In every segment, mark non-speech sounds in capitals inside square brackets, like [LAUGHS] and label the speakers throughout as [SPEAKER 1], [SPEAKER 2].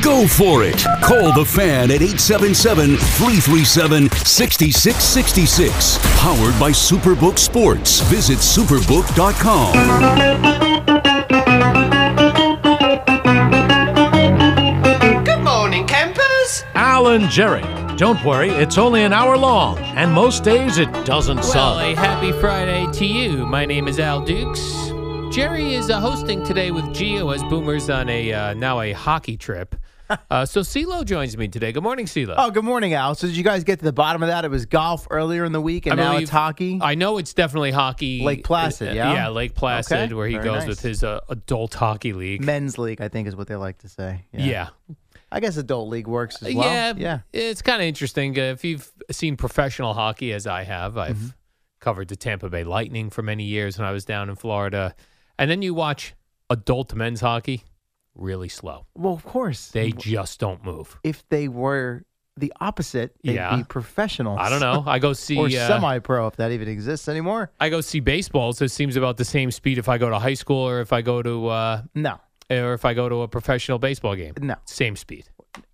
[SPEAKER 1] Go for it. Call the fan at 877 337 6666. Powered by Superbook Sports. Visit superbook.com.
[SPEAKER 2] Alan Jerry. Don't worry, it's only an hour long, and most days it doesn't
[SPEAKER 3] Well,
[SPEAKER 2] suck.
[SPEAKER 3] a happy Friday to you. My name is Al Dukes. Jerry is uh, hosting today with Geo as Boomer's on a uh, now a hockey
[SPEAKER 4] [LAUGHS]
[SPEAKER 3] trip. Uh, so CeeLo joins me today. Good morning, CeeLo.
[SPEAKER 4] Oh, good morning, Al. So did you guys get to the bottom of that? It was golf earlier in the week, and
[SPEAKER 3] I
[SPEAKER 4] now
[SPEAKER 3] believe-
[SPEAKER 4] it's hockey.
[SPEAKER 3] I know it's definitely hockey.
[SPEAKER 4] Lake Placid,
[SPEAKER 3] Uh,
[SPEAKER 4] yeah?
[SPEAKER 3] yeah, Lake Placid,
[SPEAKER 4] Okay,
[SPEAKER 3] where he
[SPEAKER 4] very
[SPEAKER 3] goes
[SPEAKER 4] nice.
[SPEAKER 3] with his uh, adult hockey league.
[SPEAKER 4] Men's league, I think, is what they like to say.
[SPEAKER 3] yeah,
[SPEAKER 4] I guess adult league works as well.
[SPEAKER 3] yeah,
[SPEAKER 4] yeah.
[SPEAKER 3] It's kind of interesting. Uh, if you've seen professional hockey, as I have, I've
[SPEAKER 4] Mm-hmm.
[SPEAKER 3] covered the Tampa Bay Lightning for many years when I was down in Florida, and then you watch adult men's hockey, really slow.
[SPEAKER 4] Well, of course.
[SPEAKER 3] They just don't move.
[SPEAKER 4] if they were the opposite, they'd
[SPEAKER 3] Yeah.
[SPEAKER 4] be professionals.
[SPEAKER 3] I don't know. I go see
[SPEAKER 4] [LAUGHS] or
[SPEAKER 3] uh,
[SPEAKER 4] semi-pro, if that even exists anymore.
[SPEAKER 3] I go see baseball, so it seems about the same speed if I go to high school or if I go to uh,
[SPEAKER 4] No,
[SPEAKER 3] or if I go to a professional baseball game.
[SPEAKER 4] No.
[SPEAKER 3] same speed.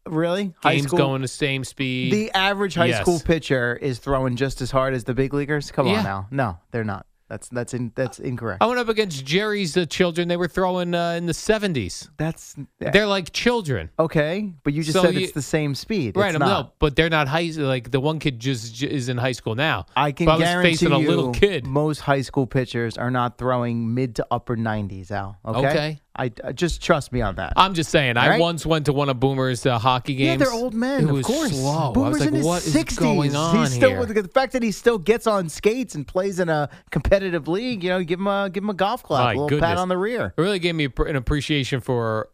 [SPEAKER 4] really. high
[SPEAKER 3] Games
[SPEAKER 4] school.
[SPEAKER 3] going the same speed.
[SPEAKER 4] the average high
[SPEAKER 3] Yes.
[SPEAKER 4] school pitcher is throwing just as hard as the big leaguers. Come
[SPEAKER 3] Yeah. Oh.
[SPEAKER 4] on, Al. No, they're not. That's that's in, that's incorrect.
[SPEAKER 3] I went up against Jerry's uh, children. They were throwing uh, in the seventies.
[SPEAKER 4] that's
[SPEAKER 3] They're like children.
[SPEAKER 4] okay, but you just
[SPEAKER 3] So
[SPEAKER 4] said
[SPEAKER 3] you-
[SPEAKER 4] it's the same speed.
[SPEAKER 3] Right,
[SPEAKER 4] It's
[SPEAKER 3] I'm
[SPEAKER 4] not.
[SPEAKER 3] no, but they're not high. Like the one kid just j- is in high school now.
[SPEAKER 4] I can
[SPEAKER 3] But was
[SPEAKER 4] guarantee
[SPEAKER 3] facing a
[SPEAKER 4] you,
[SPEAKER 3] little kid.
[SPEAKER 4] most high school pitchers are not throwing mid to upper 90s, Al. Okay,
[SPEAKER 3] Okay.
[SPEAKER 4] I, I- just trust me on that.
[SPEAKER 3] I'm just saying. I
[SPEAKER 4] All right.
[SPEAKER 3] once went to one of Boomer's uh, hockey games.
[SPEAKER 4] yeah, they're old men.
[SPEAKER 3] It
[SPEAKER 4] of
[SPEAKER 3] was
[SPEAKER 4] course,
[SPEAKER 3] slow.
[SPEAKER 4] Boomer's
[SPEAKER 3] I was like,
[SPEAKER 4] in his
[SPEAKER 3] "What is
[SPEAKER 4] 60s.
[SPEAKER 3] going on
[SPEAKER 4] He's still
[SPEAKER 3] here?"
[SPEAKER 4] with the fact that he still gets on skates and plays in a competitive league. You know, give him a give him a golf clap,
[SPEAKER 3] My
[SPEAKER 4] a little pat
[SPEAKER 3] goodness.
[SPEAKER 4] on the rear.
[SPEAKER 3] It really gave me an appreciation for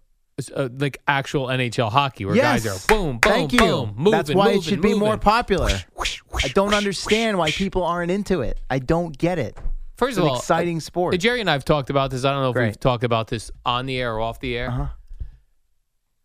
[SPEAKER 3] uh, like actual NHL hockey, where guys
[SPEAKER 4] Yes.
[SPEAKER 3] are boom, boom,
[SPEAKER 4] Thank you.
[SPEAKER 3] boom, moving.
[SPEAKER 4] That's why
[SPEAKER 3] moving,
[SPEAKER 4] it should
[SPEAKER 3] moving.
[SPEAKER 4] be more popular. I don't understand why people aren't into it. I don't get it.
[SPEAKER 3] First
[SPEAKER 4] It's
[SPEAKER 3] of
[SPEAKER 4] an
[SPEAKER 3] all,
[SPEAKER 4] exciting sport.
[SPEAKER 3] uh, Jerry and I have talked about this. I don't know if we've
[SPEAKER 4] Great. Uh-huh.
[SPEAKER 3] talked about this on the air or off the air.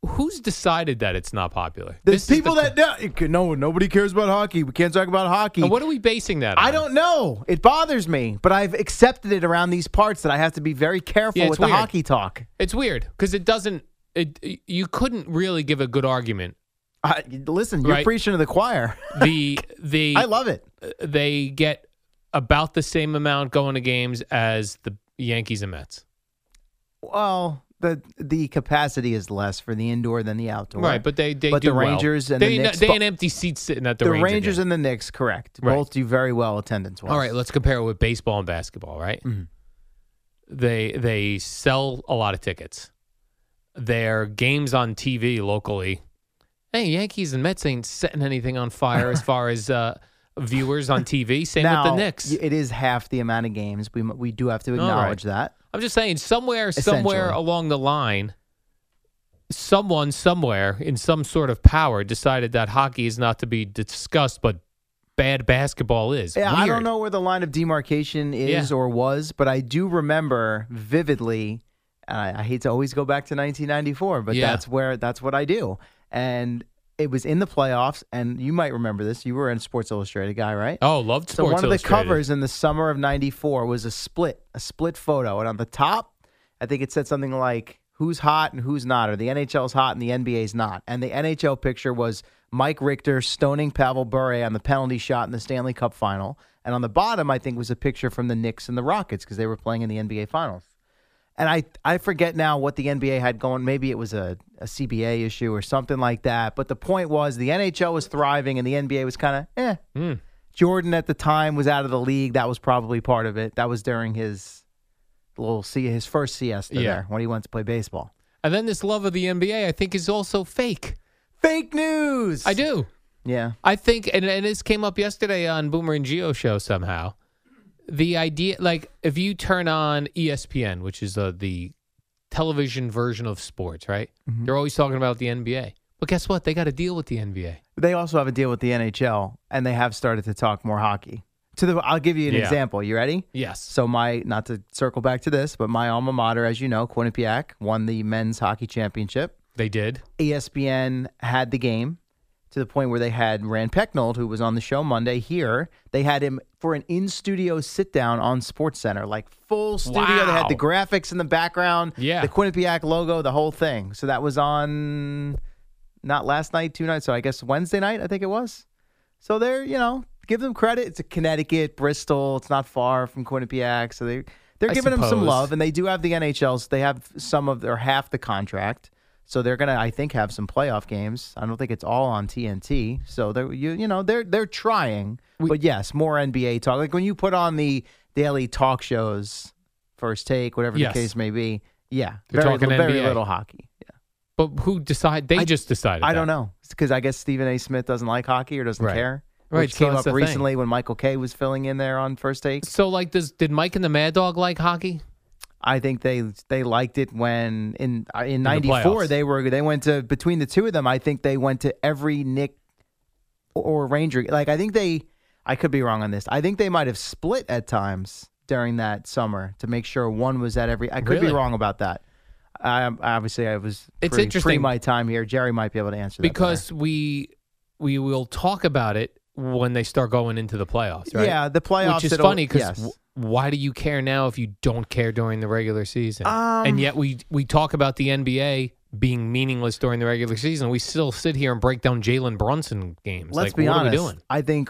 [SPEAKER 3] Who's decided that it's not popular?
[SPEAKER 4] There's
[SPEAKER 3] This is
[SPEAKER 4] people
[SPEAKER 3] the-
[SPEAKER 4] that no, it could- no, nobody cares about hockey. We can't talk about hockey.
[SPEAKER 3] And what are we basing that? on?
[SPEAKER 4] I don't know. It bothers me, but I've accepted it around these parts that I have to be very careful
[SPEAKER 3] Yeah, it's
[SPEAKER 4] with the
[SPEAKER 3] weird.
[SPEAKER 4] hockey talk.
[SPEAKER 3] It's weird because it doesn't. It you couldn't really give a good
[SPEAKER 4] [LAUGHS]
[SPEAKER 3] argument.
[SPEAKER 4] I, listen, you're
[SPEAKER 3] Right.
[SPEAKER 4] preaching to the choir.
[SPEAKER 3] The the uh,
[SPEAKER 4] I love it.
[SPEAKER 3] they get about the same amount going to games as the Yankees and Mets.
[SPEAKER 4] Well, the the capacity is less for the indoor than the outdoor.
[SPEAKER 3] Right, but they they
[SPEAKER 4] But
[SPEAKER 3] do
[SPEAKER 4] the
[SPEAKER 3] well.
[SPEAKER 4] Rangers and the
[SPEAKER 3] they,
[SPEAKER 4] Knicks
[SPEAKER 3] they
[SPEAKER 4] bo-
[SPEAKER 3] an empty seat sitting at the,
[SPEAKER 4] the,
[SPEAKER 3] Ranger
[SPEAKER 4] Rangers
[SPEAKER 3] game.
[SPEAKER 4] and the Knicks, correct?
[SPEAKER 3] Right.
[SPEAKER 4] Both do very well attendance wise.
[SPEAKER 3] all right. Let's compare it with baseball and basketball. Right,
[SPEAKER 4] Mm-hmm.
[SPEAKER 3] they they sell a lot of tickets. Their games on TV locally. Hey, Yankees and Mets ain't setting anything on fire
[SPEAKER 4] [LAUGHS]
[SPEAKER 3] as far as uh, viewers on TV. Same
[SPEAKER 4] now,
[SPEAKER 3] with the Knicks.
[SPEAKER 4] y- It is half the amount of games. We mu- we do have to
[SPEAKER 3] right.
[SPEAKER 4] acknowledge that.
[SPEAKER 3] I'm just saying, somewhere, somewhere
[SPEAKER 4] Essentially.
[SPEAKER 3] along the line, someone, somewhere in some sort of power decided that hockey is not to be discussed, but bad basketball is.
[SPEAKER 4] Yeah, I don't
[SPEAKER 3] Weird.
[SPEAKER 4] know where the line of demarcation is
[SPEAKER 3] Yeah.
[SPEAKER 4] or was, but I do remember vividly. And I, I hate to always go back to 1994, but
[SPEAKER 3] Yeah.
[SPEAKER 4] that's where that's what I do. And it was in the playoffs, and you might remember this. You were in Sports Illustrated guy, right?
[SPEAKER 3] Oh, loved
[SPEAKER 4] so
[SPEAKER 3] sports.
[SPEAKER 4] one of the
[SPEAKER 3] Illustrated.
[SPEAKER 4] covers in the summer of '94 was a split, a split photo, and on the top, I think it said something like "Who's hot and who's not," or "The NHL's hot and the NBA's not." And the NHL picture was Mike Richter stoning Pavel Bure on the penalty shot in the Stanley Cup final, and on the bottom, I think was a picture from the Knicks and the Rockets because they were playing in the NBA Finals. And I, I forget now what the NBA had going. Maybe it was a, a CBA issue or something like that. But the point was the NHL was thriving and the NBA was kind of eh. Jordan at the time was out of the league. That was probably part of it. That was during his little see his first siesta
[SPEAKER 3] Yeah.
[SPEAKER 4] there when he went to play baseball.
[SPEAKER 3] and then this love of the NBA, I think, is also fake.
[SPEAKER 4] Fake news.
[SPEAKER 3] I do.
[SPEAKER 4] Yeah.
[SPEAKER 3] I think, and, and this came up yesterday on Boomer and Geo show somehow. E The idea, like, if you turn on ESPN, which is uh, the television version of sports, right?
[SPEAKER 4] Mm-hmm.
[SPEAKER 3] They're always talking about the NBA. But guess what? They got to deal with the NBA.
[SPEAKER 4] They also have a deal with the NHL, and they have started to talk more hockey. To the, I'll give you an
[SPEAKER 3] Yeah.
[SPEAKER 4] example. You ready?
[SPEAKER 3] Yes.
[SPEAKER 4] So my, not to circle back to this, but my alma mater, as you know, Quinnipiac won the men's hockey championship.
[SPEAKER 3] They did.
[SPEAKER 4] E ESPN had the game to the point where they had Rand Pecknold, who was on the show Monday here. They had him for an in-studio sit-down on Sports Center, like full studio. They had the graphics in the background,
[SPEAKER 3] Yeah.
[SPEAKER 4] the Quinnipiac logo, the whole thing. So that was on not last night, two nights. So I guess Wednesday night, I think it was. So they're you know give them credit. It's a Connecticut, Bristol. It's not far from Quinnipiac, so they they're
[SPEAKER 3] I
[SPEAKER 4] giving them some
[SPEAKER 3] suppose.
[SPEAKER 4] love, and they do have the NHLs. They have some of their half the contract, so they're gonna I think have some playoff games. I don't think it's all on TNT. So they're you you know they're they're trying, but yes, more NBA talk. Like when you put on the daily talk shows, first take, whatever
[SPEAKER 3] Yes.
[SPEAKER 4] the case may be. Yeah,
[SPEAKER 3] You're
[SPEAKER 4] very,
[SPEAKER 3] talking
[SPEAKER 4] li- very
[SPEAKER 3] NBA.
[SPEAKER 4] little hockey. Yeah.
[SPEAKER 3] But who decide? They
[SPEAKER 4] I-
[SPEAKER 3] just decided.
[SPEAKER 4] I don't
[SPEAKER 3] that.
[SPEAKER 4] know because I guess Stephen A. Smith doesn't like hockey or doesn't
[SPEAKER 3] Right.
[SPEAKER 4] care.
[SPEAKER 3] Right,
[SPEAKER 4] which
[SPEAKER 3] so
[SPEAKER 4] came
[SPEAKER 3] that's
[SPEAKER 4] up
[SPEAKER 3] the thing.
[SPEAKER 4] recently when Michael K was filling in there on first take.
[SPEAKER 3] So like, does did Mike and the Mad Dog like hockey?
[SPEAKER 4] I think they they liked it when in uh, in
[SPEAKER 3] the
[SPEAKER 4] '94
[SPEAKER 3] playoffs.
[SPEAKER 4] they were they went to between the two of them. I think they went to every Nick or Ranger. Like I think they I could be wrong on this. I think they might have split at times during that summer to make sure one was at every. I could be
[SPEAKER 3] Really?
[SPEAKER 4] wrong about that. I obviously I was.
[SPEAKER 3] It's
[SPEAKER 4] pre, Pre
[SPEAKER 3] interesting.
[SPEAKER 4] my time here, Jerry might be able to answer that better.
[SPEAKER 3] Because we we will talk about it when they start going into the playoffs, right?
[SPEAKER 4] Yeah, the playoffs.
[SPEAKER 3] Which is
[SPEAKER 4] it'll-
[SPEAKER 3] funny because
[SPEAKER 4] yes.
[SPEAKER 3] why do you care now if you don't care during the regular season?
[SPEAKER 4] Um,
[SPEAKER 3] and yet we we talk about the NBA being meaningless during the regular season. We still sit here and break down Jalen Brunson games.
[SPEAKER 4] let's
[SPEAKER 3] like,
[SPEAKER 4] be
[SPEAKER 3] what
[SPEAKER 4] honest.
[SPEAKER 3] are we doing?
[SPEAKER 4] I think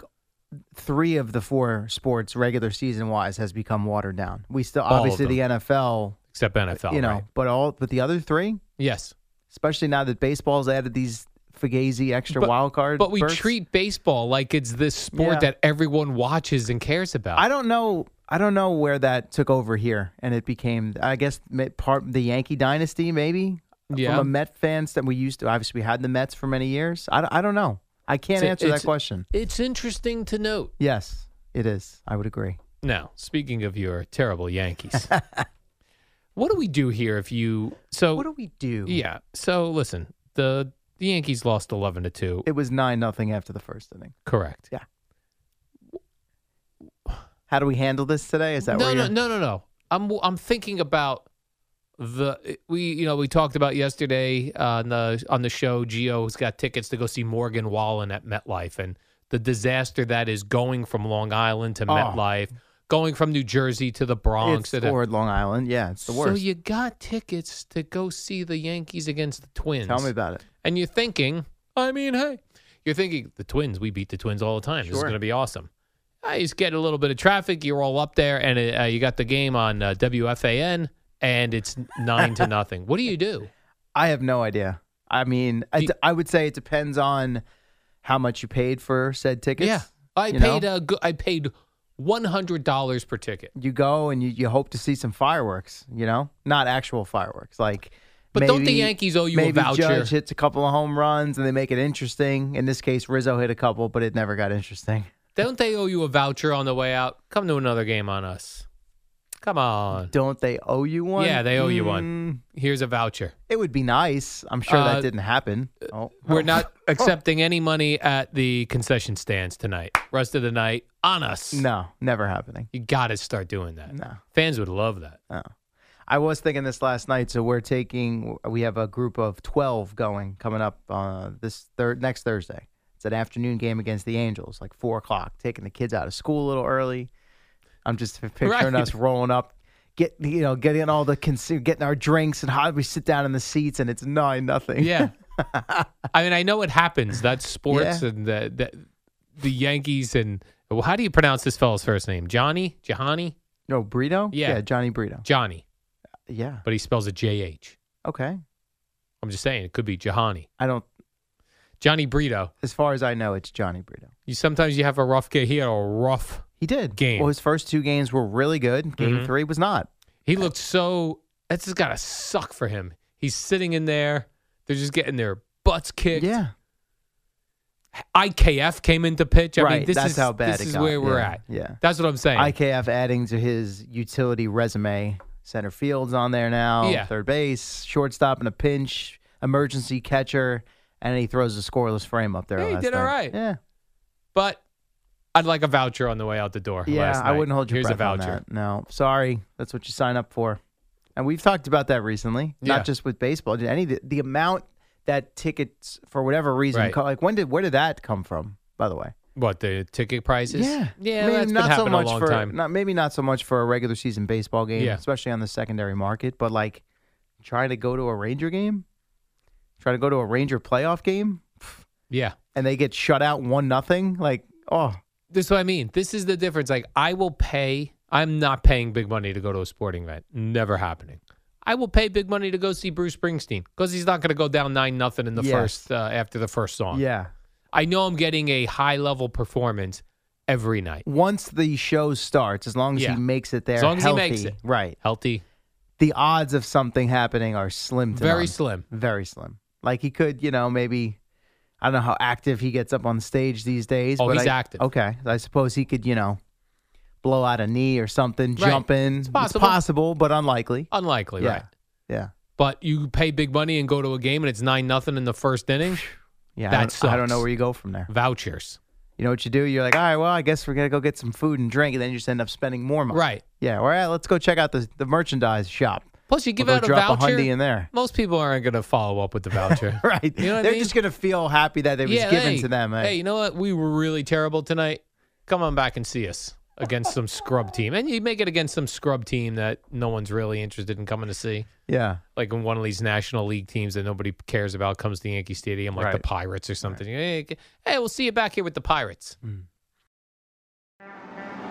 [SPEAKER 4] three of the four sports, regular season wise, has become watered down. We still
[SPEAKER 3] All of
[SPEAKER 4] obviously the NFL,
[SPEAKER 3] Except NFL,
[SPEAKER 4] you know,
[SPEAKER 3] right?
[SPEAKER 4] but all but the other three,
[SPEAKER 3] Yes.
[SPEAKER 4] especially now that baseball's added these fugazi extra
[SPEAKER 3] But-
[SPEAKER 4] wild card.
[SPEAKER 3] But we
[SPEAKER 4] berths.
[SPEAKER 3] treat baseball like it's this sport
[SPEAKER 4] Yeah.
[SPEAKER 3] that everyone watches and cares about.
[SPEAKER 4] I don't know. I don't know where that took over here, and it became, I guess, ma- part the Yankee dynasty, maybe.
[SPEAKER 3] Yeah.
[SPEAKER 4] From a Met fans that we used to, obviously, we had the Mets for many years. I, don't- I don't know. I can't
[SPEAKER 3] It's a-
[SPEAKER 4] answer that
[SPEAKER 3] it's-
[SPEAKER 4] question.
[SPEAKER 3] It's interesting to note.
[SPEAKER 4] Yes, it is. I would agree.
[SPEAKER 3] Now, speaking of your terrible
[SPEAKER 4] [LAUGHS]
[SPEAKER 3] Yankees, what do we do here if you so
[SPEAKER 4] What do we do?
[SPEAKER 3] yeah, so listen, the the Yankees lost 11 to 2.
[SPEAKER 4] It was nine nothing after the first inning.
[SPEAKER 3] Correct.
[SPEAKER 4] Yeah. How do we handle this today? Is that
[SPEAKER 3] no,
[SPEAKER 4] where
[SPEAKER 3] no,
[SPEAKER 4] you're-
[SPEAKER 3] no, no, no. I'm I'm thinking about the we you know we talked about yesterday uh, on the on the show. Gio's got tickets to go see Morgan Wallen at MetLife, and the disaster that is going from Long Island to MetLife, going from New Jersey to the Bronx.
[SPEAKER 4] Oh. It's
[SPEAKER 3] to the-
[SPEAKER 4] or Long Island. Yeah, it's the
[SPEAKER 3] So
[SPEAKER 4] worst.
[SPEAKER 3] you got tickets to go see the Yankees against the Twins.
[SPEAKER 4] Tell me about it.
[SPEAKER 3] And you're thinking, I mean, hey, you're thinking the Twins. We beat the Twins all the time. This is
[SPEAKER 4] Sure.
[SPEAKER 3] going to be awesome. I just get a little bit of traffic. You're all up there, and uh, you got the game on uh, WFAN, and
[SPEAKER 4] [LAUGHS]
[SPEAKER 3] it's nine to nothing. What do you do?
[SPEAKER 4] I have no idea. I mean, I,
[SPEAKER 3] Do-
[SPEAKER 4] I would say it depends on how much you paid for said tickets.
[SPEAKER 3] yeah, I
[SPEAKER 4] you
[SPEAKER 3] paid
[SPEAKER 4] know?
[SPEAKER 3] a go- I paid one hundred dollars per ticket.
[SPEAKER 4] You go and you, you hope to see some fireworks. You know, not actual fireworks. Like,
[SPEAKER 3] But don't the
[SPEAKER 4] maybe-
[SPEAKER 3] Yankees owe you a
[SPEAKER 4] maybe
[SPEAKER 3] voucher?
[SPEAKER 4] Judge hits a couple of home runs and they make it interesting. In this case, Rizzo hit a couple, but it never got interesting.
[SPEAKER 3] Don't they owe you a voucher on the way out? Come to another game on us. Come on.
[SPEAKER 4] Don't they owe you one? Mm,
[SPEAKER 3] Yeah, they owe you one. Here's a voucher.
[SPEAKER 4] It would be nice. I'm sure
[SPEAKER 3] Uh,
[SPEAKER 4] that didn't happen. Oh,
[SPEAKER 3] We're not accepting any money at the concession stands tonight. Rest of the night on us.
[SPEAKER 4] No, never happening.
[SPEAKER 3] You got to start doing that.
[SPEAKER 4] No.
[SPEAKER 3] Fans would love
[SPEAKER 4] [LAUGHS]
[SPEAKER 3] that.
[SPEAKER 4] I was thinking this last night. So we're taking, we have a group of 12 going coming up uh, this third, next Thursday. It's an afternoon game against the Angels, like four o'clock, taking the kids out of school a little early. I'm just picturing
[SPEAKER 3] Right. [LAUGHS]
[SPEAKER 4] us rolling up, get, you know, getting all the, cons- getting our drinks and how we sit down in the seats and it's nine, nothing. [LAUGHS]
[SPEAKER 3] Yeah. I mean, I know it happens. That's sports
[SPEAKER 4] Yeah.
[SPEAKER 3] and the, the the Yankees and well, how do you pronounce this fellow's first name? Johnny? Jahani?
[SPEAKER 4] No, Burrito?
[SPEAKER 3] Yeah.
[SPEAKER 4] Oh, Johnny Burrito.
[SPEAKER 3] Johnny,
[SPEAKER 4] Yeah.
[SPEAKER 3] but he spells it J H.
[SPEAKER 4] Okay.
[SPEAKER 3] I'm just saying it could be Jahani.
[SPEAKER 4] I don't,
[SPEAKER 3] Johnny Brito.
[SPEAKER 4] as far as I know, it's Johnny Burrito.
[SPEAKER 3] You sometimes you have a rough game. He had a rough.
[SPEAKER 4] He did.
[SPEAKER 3] Game. Mm-hmm.
[SPEAKER 4] Well, his first two games were really good. Game three was not.
[SPEAKER 3] He looked so. That's just gotta suck for him. He's sitting in there. They're just getting their butts kicked.
[SPEAKER 4] Yeah.
[SPEAKER 3] IKF came into pitch. I
[SPEAKER 4] right.
[SPEAKER 3] mean, this
[SPEAKER 4] That's
[SPEAKER 3] is
[SPEAKER 4] how bad
[SPEAKER 3] this
[SPEAKER 4] it
[SPEAKER 3] is
[SPEAKER 4] got.
[SPEAKER 3] where we're
[SPEAKER 4] Yeah,
[SPEAKER 3] at.
[SPEAKER 4] Yeah.
[SPEAKER 3] That's what I'm saying.
[SPEAKER 4] IKF adding to his utility resume Center field's on there now.
[SPEAKER 3] Yeah.
[SPEAKER 4] Third base, shortstop in a pinch, emergency catcher, and he throws a scoreless frame up there.
[SPEAKER 3] Yeah, he
[SPEAKER 4] last
[SPEAKER 3] did all
[SPEAKER 4] night.
[SPEAKER 3] right.
[SPEAKER 4] Yeah.
[SPEAKER 3] But I'd like a voucher on the way out the door.
[SPEAKER 4] Yeah,
[SPEAKER 3] last
[SPEAKER 4] I
[SPEAKER 3] night.
[SPEAKER 4] wouldn't hold your
[SPEAKER 3] Here's
[SPEAKER 4] breath
[SPEAKER 3] a voucher.
[SPEAKER 4] on that. No, sorry, that's what you sign up for. And we've talked about that recently,
[SPEAKER 3] Yeah.
[SPEAKER 4] not just with baseball. Did any the, the amount that tickets for whatever reason,
[SPEAKER 3] Right.
[SPEAKER 4] co- like when did where did that come from? By the way,
[SPEAKER 3] What the ticket prices? yeah,
[SPEAKER 4] I mean,
[SPEAKER 3] that's been
[SPEAKER 4] not so
[SPEAKER 3] happening
[SPEAKER 4] much
[SPEAKER 3] a long
[SPEAKER 4] for
[SPEAKER 3] time.
[SPEAKER 4] not maybe not so much for a regular season baseball game,
[SPEAKER 3] Yeah.
[SPEAKER 4] especially on the secondary market, but like trying to go to a Ranger game, trying to go to a Ranger playoff game,
[SPEAKER 3] yeah,
[SPEAKER 4] and they get shut out one nothing. Like, oh,
[SPEAKER 3] this is what I mean. This is the difference. Like I will pay. I'm not paying big money to go to a sporting event. Never happening. I will pay big money to go see Bruce Springsteen because he's not going to go down nine nothing in the
[SPEAKER 4] Yes.
[SPEAKER 3] first uh, after the first song.
[SPEAKER 4] yeah.
[SPEAKER 3] I know I'm getting a high level performance every night.
[SPEAKER 4] once the show starts, as long as
[SPEAKER 3] Yeah.
[SPEAKER 4] he makes it there,
[SPEAKER 3] As long as he
[SPEAKER 4] healthy,
[SPEAKER 3] makes it.
[SPEAKER 4] right?
[SPEAKER 3] Healthy,
[SPEAKER 4] The odds of something happening are slim to
[SPEAKER 3] very
[SPEAKER 4] none.
[SPEAKER 3] slim.
[SPEAKER 4] very slim. Like he could, you know, maybe I don't know how active he gets up on stage these days.
[SPEAKER 3] Oh,
[SPEAKER 4] but
[SPEAKER 3] he's
[SPEAKER 4] I-
[SPEAKER 3] active.
[SPEAKER 4] Okay, I suppose he could, you know, blow out a knee or something, jump in. It's
[SPEAKER 3] possible.
[SPEAKER 4] possible, but unlikely.
[SPEAKER 3] Unlikely,
[SPEAKER 4] yeah,
[SPEAKER 3] right?
[SPEAKER 4] yeah,
[SPEAKER 3] But you pay big money and go to a game and it's nine nothing in the first inning.
[SPEAKER 4] yeah.
[SPEAKER 3] That
[SPEAKER 4] I don't, I don't know
[SPEAKER 3] sucks.
[SPEAKER 4] where you go from there.
[SPEAKER 3] Vouchers,
[SPEAKER 4] You know what you do? You're like, all right, well, I guess we're gonna go get some food and drink, and then you just end up spending more money.
[SPEAKER 3] right?
[SPEAKER 4] Yeah. All right, let's go check out the the merchandise shop.
[SPEAKER 3] Plus, you give
[SPEAKER 4] We'll
[SPEAKER 3] out
[SPEAKER 4] go
[SPEAKER 3] a
[SPEAKER 4] drop
[SPEAKER 3] voucher.
[SPEAKER 4] a hundy in there. [LAUGHS]
[SPEAKER 3] Most people aren't going to follow up with the voucher.
[SPEAKER 4] Right.
[SPEAKER 3] You know what
[SPEAKER 4] They're
[SPEAKER 3] I mean?
[SPEAKER 4] just going to feel happy that it was given
[SPEAKER 3] hey,
[SPEAKER 4] to them. eh?
[SPEAKER 3] Hey, you know what? We were really terrible tonight. Come on back and see us against some scrub team. And you make it against some scrub team that no one's really interested in coming to see.
[SPEAKER 4] Yeah.
[SPEAKER 3] Like when one of these National League teams that nobody cares about comes to Yankee Stadium, like the
[SPEAKER 4] Right.
[SPEAKER 3] Pirates or something. Hey, g- hey, we'll see you back here with the Pirates.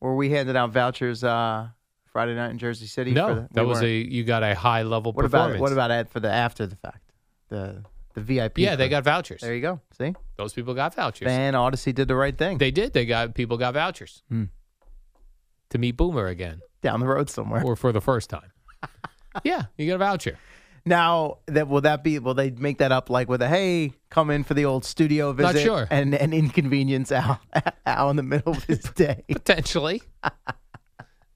[SPEAKER 4] Were we handing out vouchers uh, Friday night in Jersey City?
[SPEAKER 3] No,
[SPEAKER 4] for the,
[SPEAKER 3] that
[SPEAKER 4] we
[SPEAKER 3] was
[SPEAKER 4] weren't.
[SPEAKER 3] a you got a high level
[SPEAKER 4] What
[SPEAKER 3] performance.
[SPEAKER 4] about what about it for the after the fact? The the VIP.
[SPEAKER 3] Yeah, they
[SPEAKER 4] crew.
[SPEAKER 3] got vouchers.
[SPEAKER 4] There you go. See,
[SPEAKER 3] Those people got vouchers.
[SPEAKER 4] man, Odyssey did the right thing.
[SPEAKER 3] They did. They got people got vouchers
[SPEAKER 4] Hmm.
[SPEAKER 3] to meet Boomer again,
[SPEAKER 4] Down the road somewhere.
[SPEAKER 3] or for the first
[SPEAKER 4] [LAUGHS]
[SPEAKER 3] time. yeah, you get a voucher.
[SPEAKER 4] Now that will that be? Will they make that up like with a hey, come in for the old studio visit?
[SPEAKER 3] Not sure.
[SPEAKER 4] And and inconvenience [LAUGHS] Al Al in the middle
[SPEAKER 3] [LAUGHS]
[SPEAKER 4] of his day.
[SPEAKER 3] potentially.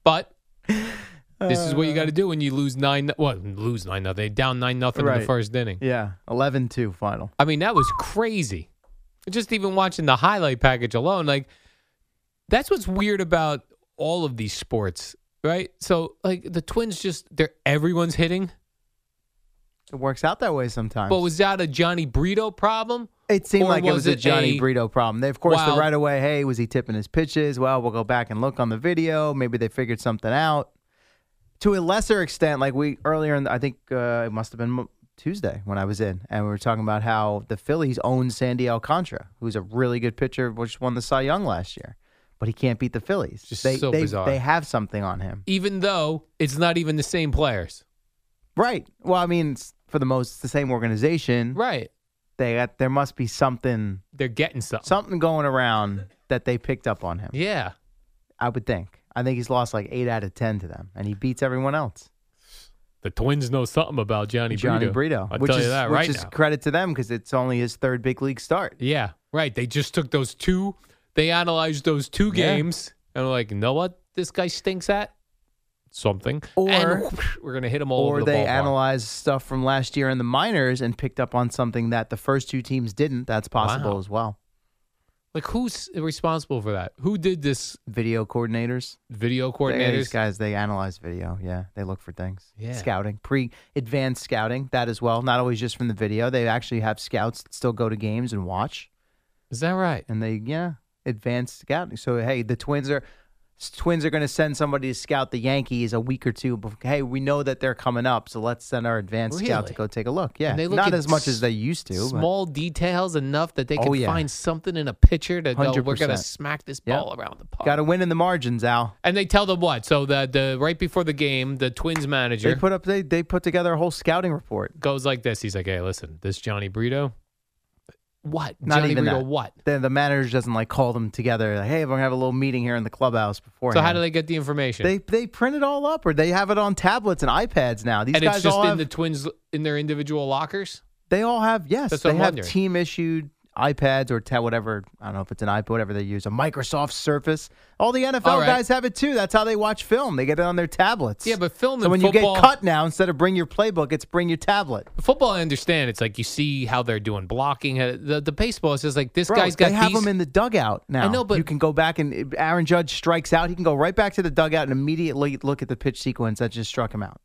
[SPEAKER 3] but this is what you got to do when you lose nine. What lose nine nothing? Down nine nothing in
[SPEAKER 4] Right.
[SPEAKER 3] the first inning.
[SPEAKER 4] yeah, 11-2 final.
[SPEAKER 3] I mean, that was crazy. Just even watching the highlight package alone, like that's what's weird about all of these sports, right? So like the Twins, just they're everyone's hitting.
[SPEAKER 4] It works out that way sometimes.
[SPEAKER 3] But was that a Johnny Brito problem?
[SPEAKER 4] It seemed
[SPEAKER 3] Or
[SPEAKER 4] like it
[SPEAKER 3] was
[SPEAKER 4] was a
[SPEAKER 3] it
[SPEAKER 4] Johnny
[SPEAKER 3] a-
[SPEAKER 4] Brito problem. They, of course, the
[SPEAKER 3] Wow.
[SPEAKER 4] right away, hey, was he tipping his pitches? Well, we'll go back and look on the video. Maybe they figured something out. To a lesser extent, like we earlier, in, I think uh, it must have been Mo- Tuesday when I was in, and we were talking about how the Phillies own Sandy Alcantara, who's a really good pitcher, which won the Cy Young last year, but he can't beat the Phillies.
[SPEAKER 3] Just
[SPEAKER 4] they,
[SPEAKER 3] so
[SPEAKER 4] they,
[SPEAKER 3] bizarre.
[SPEAKER 4] They have something on him,
[SPEAKER 3] Even though it's not even the same players,
[SPEAKER 4] right? Well, I mean, it's for the most, it's the same organization.
[SPEAKER 3] right?
[SPEAKER 4] They got, there must be something
[SPEAKER 3] They're getting something.
[SPEAKER 4] something going around that they picked up on him.
[SPEAKER 3] yeah.
[SPEAKER 4] I would think. I think he's lost like eight out of ten to them, and he beats everyone else.
[SPEAKER 3] The Twins know something about Johnny,
[SPEAKER 4] Johnny Brito,
[SPEAKER 3] Brito. I'll
[SPEAKER 4] which
[SPEAKER 3] tell
[SPEAKER 4] is
[SPEAKER 3] you that
[SPEAKER 4] which
[SPEAKER 3] right
[SPEAKER 4] is
[SPEAKER 3] now.
[SPEAKER 4] credit to them because it's only his third big league start.
[SPEAKER 3] Yeah, right. They just took those two. They analyzed those two games and were like, you know what? This guy stinks at something.
[SPEAKER 4] Or-
[SPEAKER 3] And [LAUGHS] whoosh, we're gonna hit him all
[SPEAKER 4] or
[SPEAKER 3] over the
[SPEAKER 4] they
[SPEAKER 3] ballpark.
[SPEAKER 4] analyzed stuff from last year in the minors and picked up on something that the first two teams didn't. That's possible
[SPEAKER 3] Wow.
[SPEAKER 4] as well.
[SPEAKER 3] Like, who's responsible for that? Who did this
[SPEAKER 4] Video coordinators.
[SPEAKER 3] video
[SPEAKER 4] These
[SPEAKER 3] coordinators?
[SPEAKER 4] guys, they analyze video. Yeah, they look for things.
[SPEAKER 3] Yeah.
[SPEAKER 4] Scouting, pre advanced scouting, that as well. Not always just from the video. They actually have scouts that still go to games and watch.
[SPEAKER 3] Is that right?
[SPEAKER 4] and they yeah advanced scouting. So hey, the Twins are s- Twins are going to send somebody to scout the Yankees a week or two. Before, hey, we know that they're coming up, so let's send our advanced scout to
[SPEAKER 3] Really?
[SPEAKER 4] go take a look. Yeah,
[SPEAKER 3] And they look
[SPEAKER 4] not
[SPEAKER 3] at
[SPEAKER 4] as much
[SPEAKER 3] s-
[SPEAKER 4] as they used to. but-
[SPEAKER 3] Small details enough that they
[SPEAKER 4] Oh,
[SPEAKER 3] can
[SPEAKER 4] yeah.
[SPEAKER 3] find something in a pitcher to go, we're going to
[SPEAKER 4] 100%.
[SPEAKER 3] smack this
[SPEAKER 4] Yep.
[SPEAKER 3] ball around the park.
[SPEAKER 4] Got to win in the margins, Al.
[SPEAKER 3] and they tell them what? So the, the right before the game, the Twins manager
[SPEAKER 4] They put up they they put together a whole scouting report.
[SPEAKER 3] goes like this. He's like, "Hey, listen, this Johnny Brito, what?
[SPEAKER 4] Not
[SPEAKER 3] Johnny
[SPEAKER 4] even
[SPEAKER 3] Brito,
[SPEAKER 4] that.
[SPEAKER 3] what?
[SPEAKER 4] Then the manager doesn't like call them together. Like, hey, we're gonna have a little meeting here in the clubhouse before.
[SPEAKER 3] So how do they get the information?
[SPEAKER 4] They they print it all up, or they have it on tablets and iPads now. These
[SPEAKER 3] and
[SPEAKER 4] guys
[SPEAKER 3] it's just
[SPEAKER 4] all
[SPEAKER 3] in
[SPEAKER 4] have,
[SPEAKER 3] the Twins in their individual lockers.
[SPEAKER 4] They all have yes.
[SPEAKER 3] That's what
[SPEAKER 4] they
[SPEAKER 3] I'm
[SPEAKER 4] have
[SPEAKER 3] wondering.
[SPEAKER 4] team issued iPads or ta- whatever. I don't know if it's an iPad, whatever they use, a Microsoft Surface. All the NFL
[SPEAKER 3] All right.
[SPEAKER 4] guys have it too. That's how they watch film. They get it on their tablets.
[SPEAKER 3] Yeah, but film
[SPEAKER 4] So
[SPEAKER 3] in
[SPEAKER 4] when you
[SPEAKER 3] football-
[SPEAKER 4] get cut now, instead of bring your playbook, it's bring your tablet.
[SPEAKER 3] Football, I understand. It's like you see how they're doing blocking. uh, The, the baseball is just like this
[SPEAKER 4] Bro,
[SPEAKER 3] guy's got
[SPEAKER 4] they have
[SPEAKER 3] these.
[SPEAKER 4] them in the dugout
[SPEAKER 3] I
[SPEAKER 4] now.
[SPEAKER 3] know, but-
[SPEAKER 4] you can go back and Aaron Judge strikes out. He can go right back to the dugout and immediately look at the pitch sequence that just struck him out.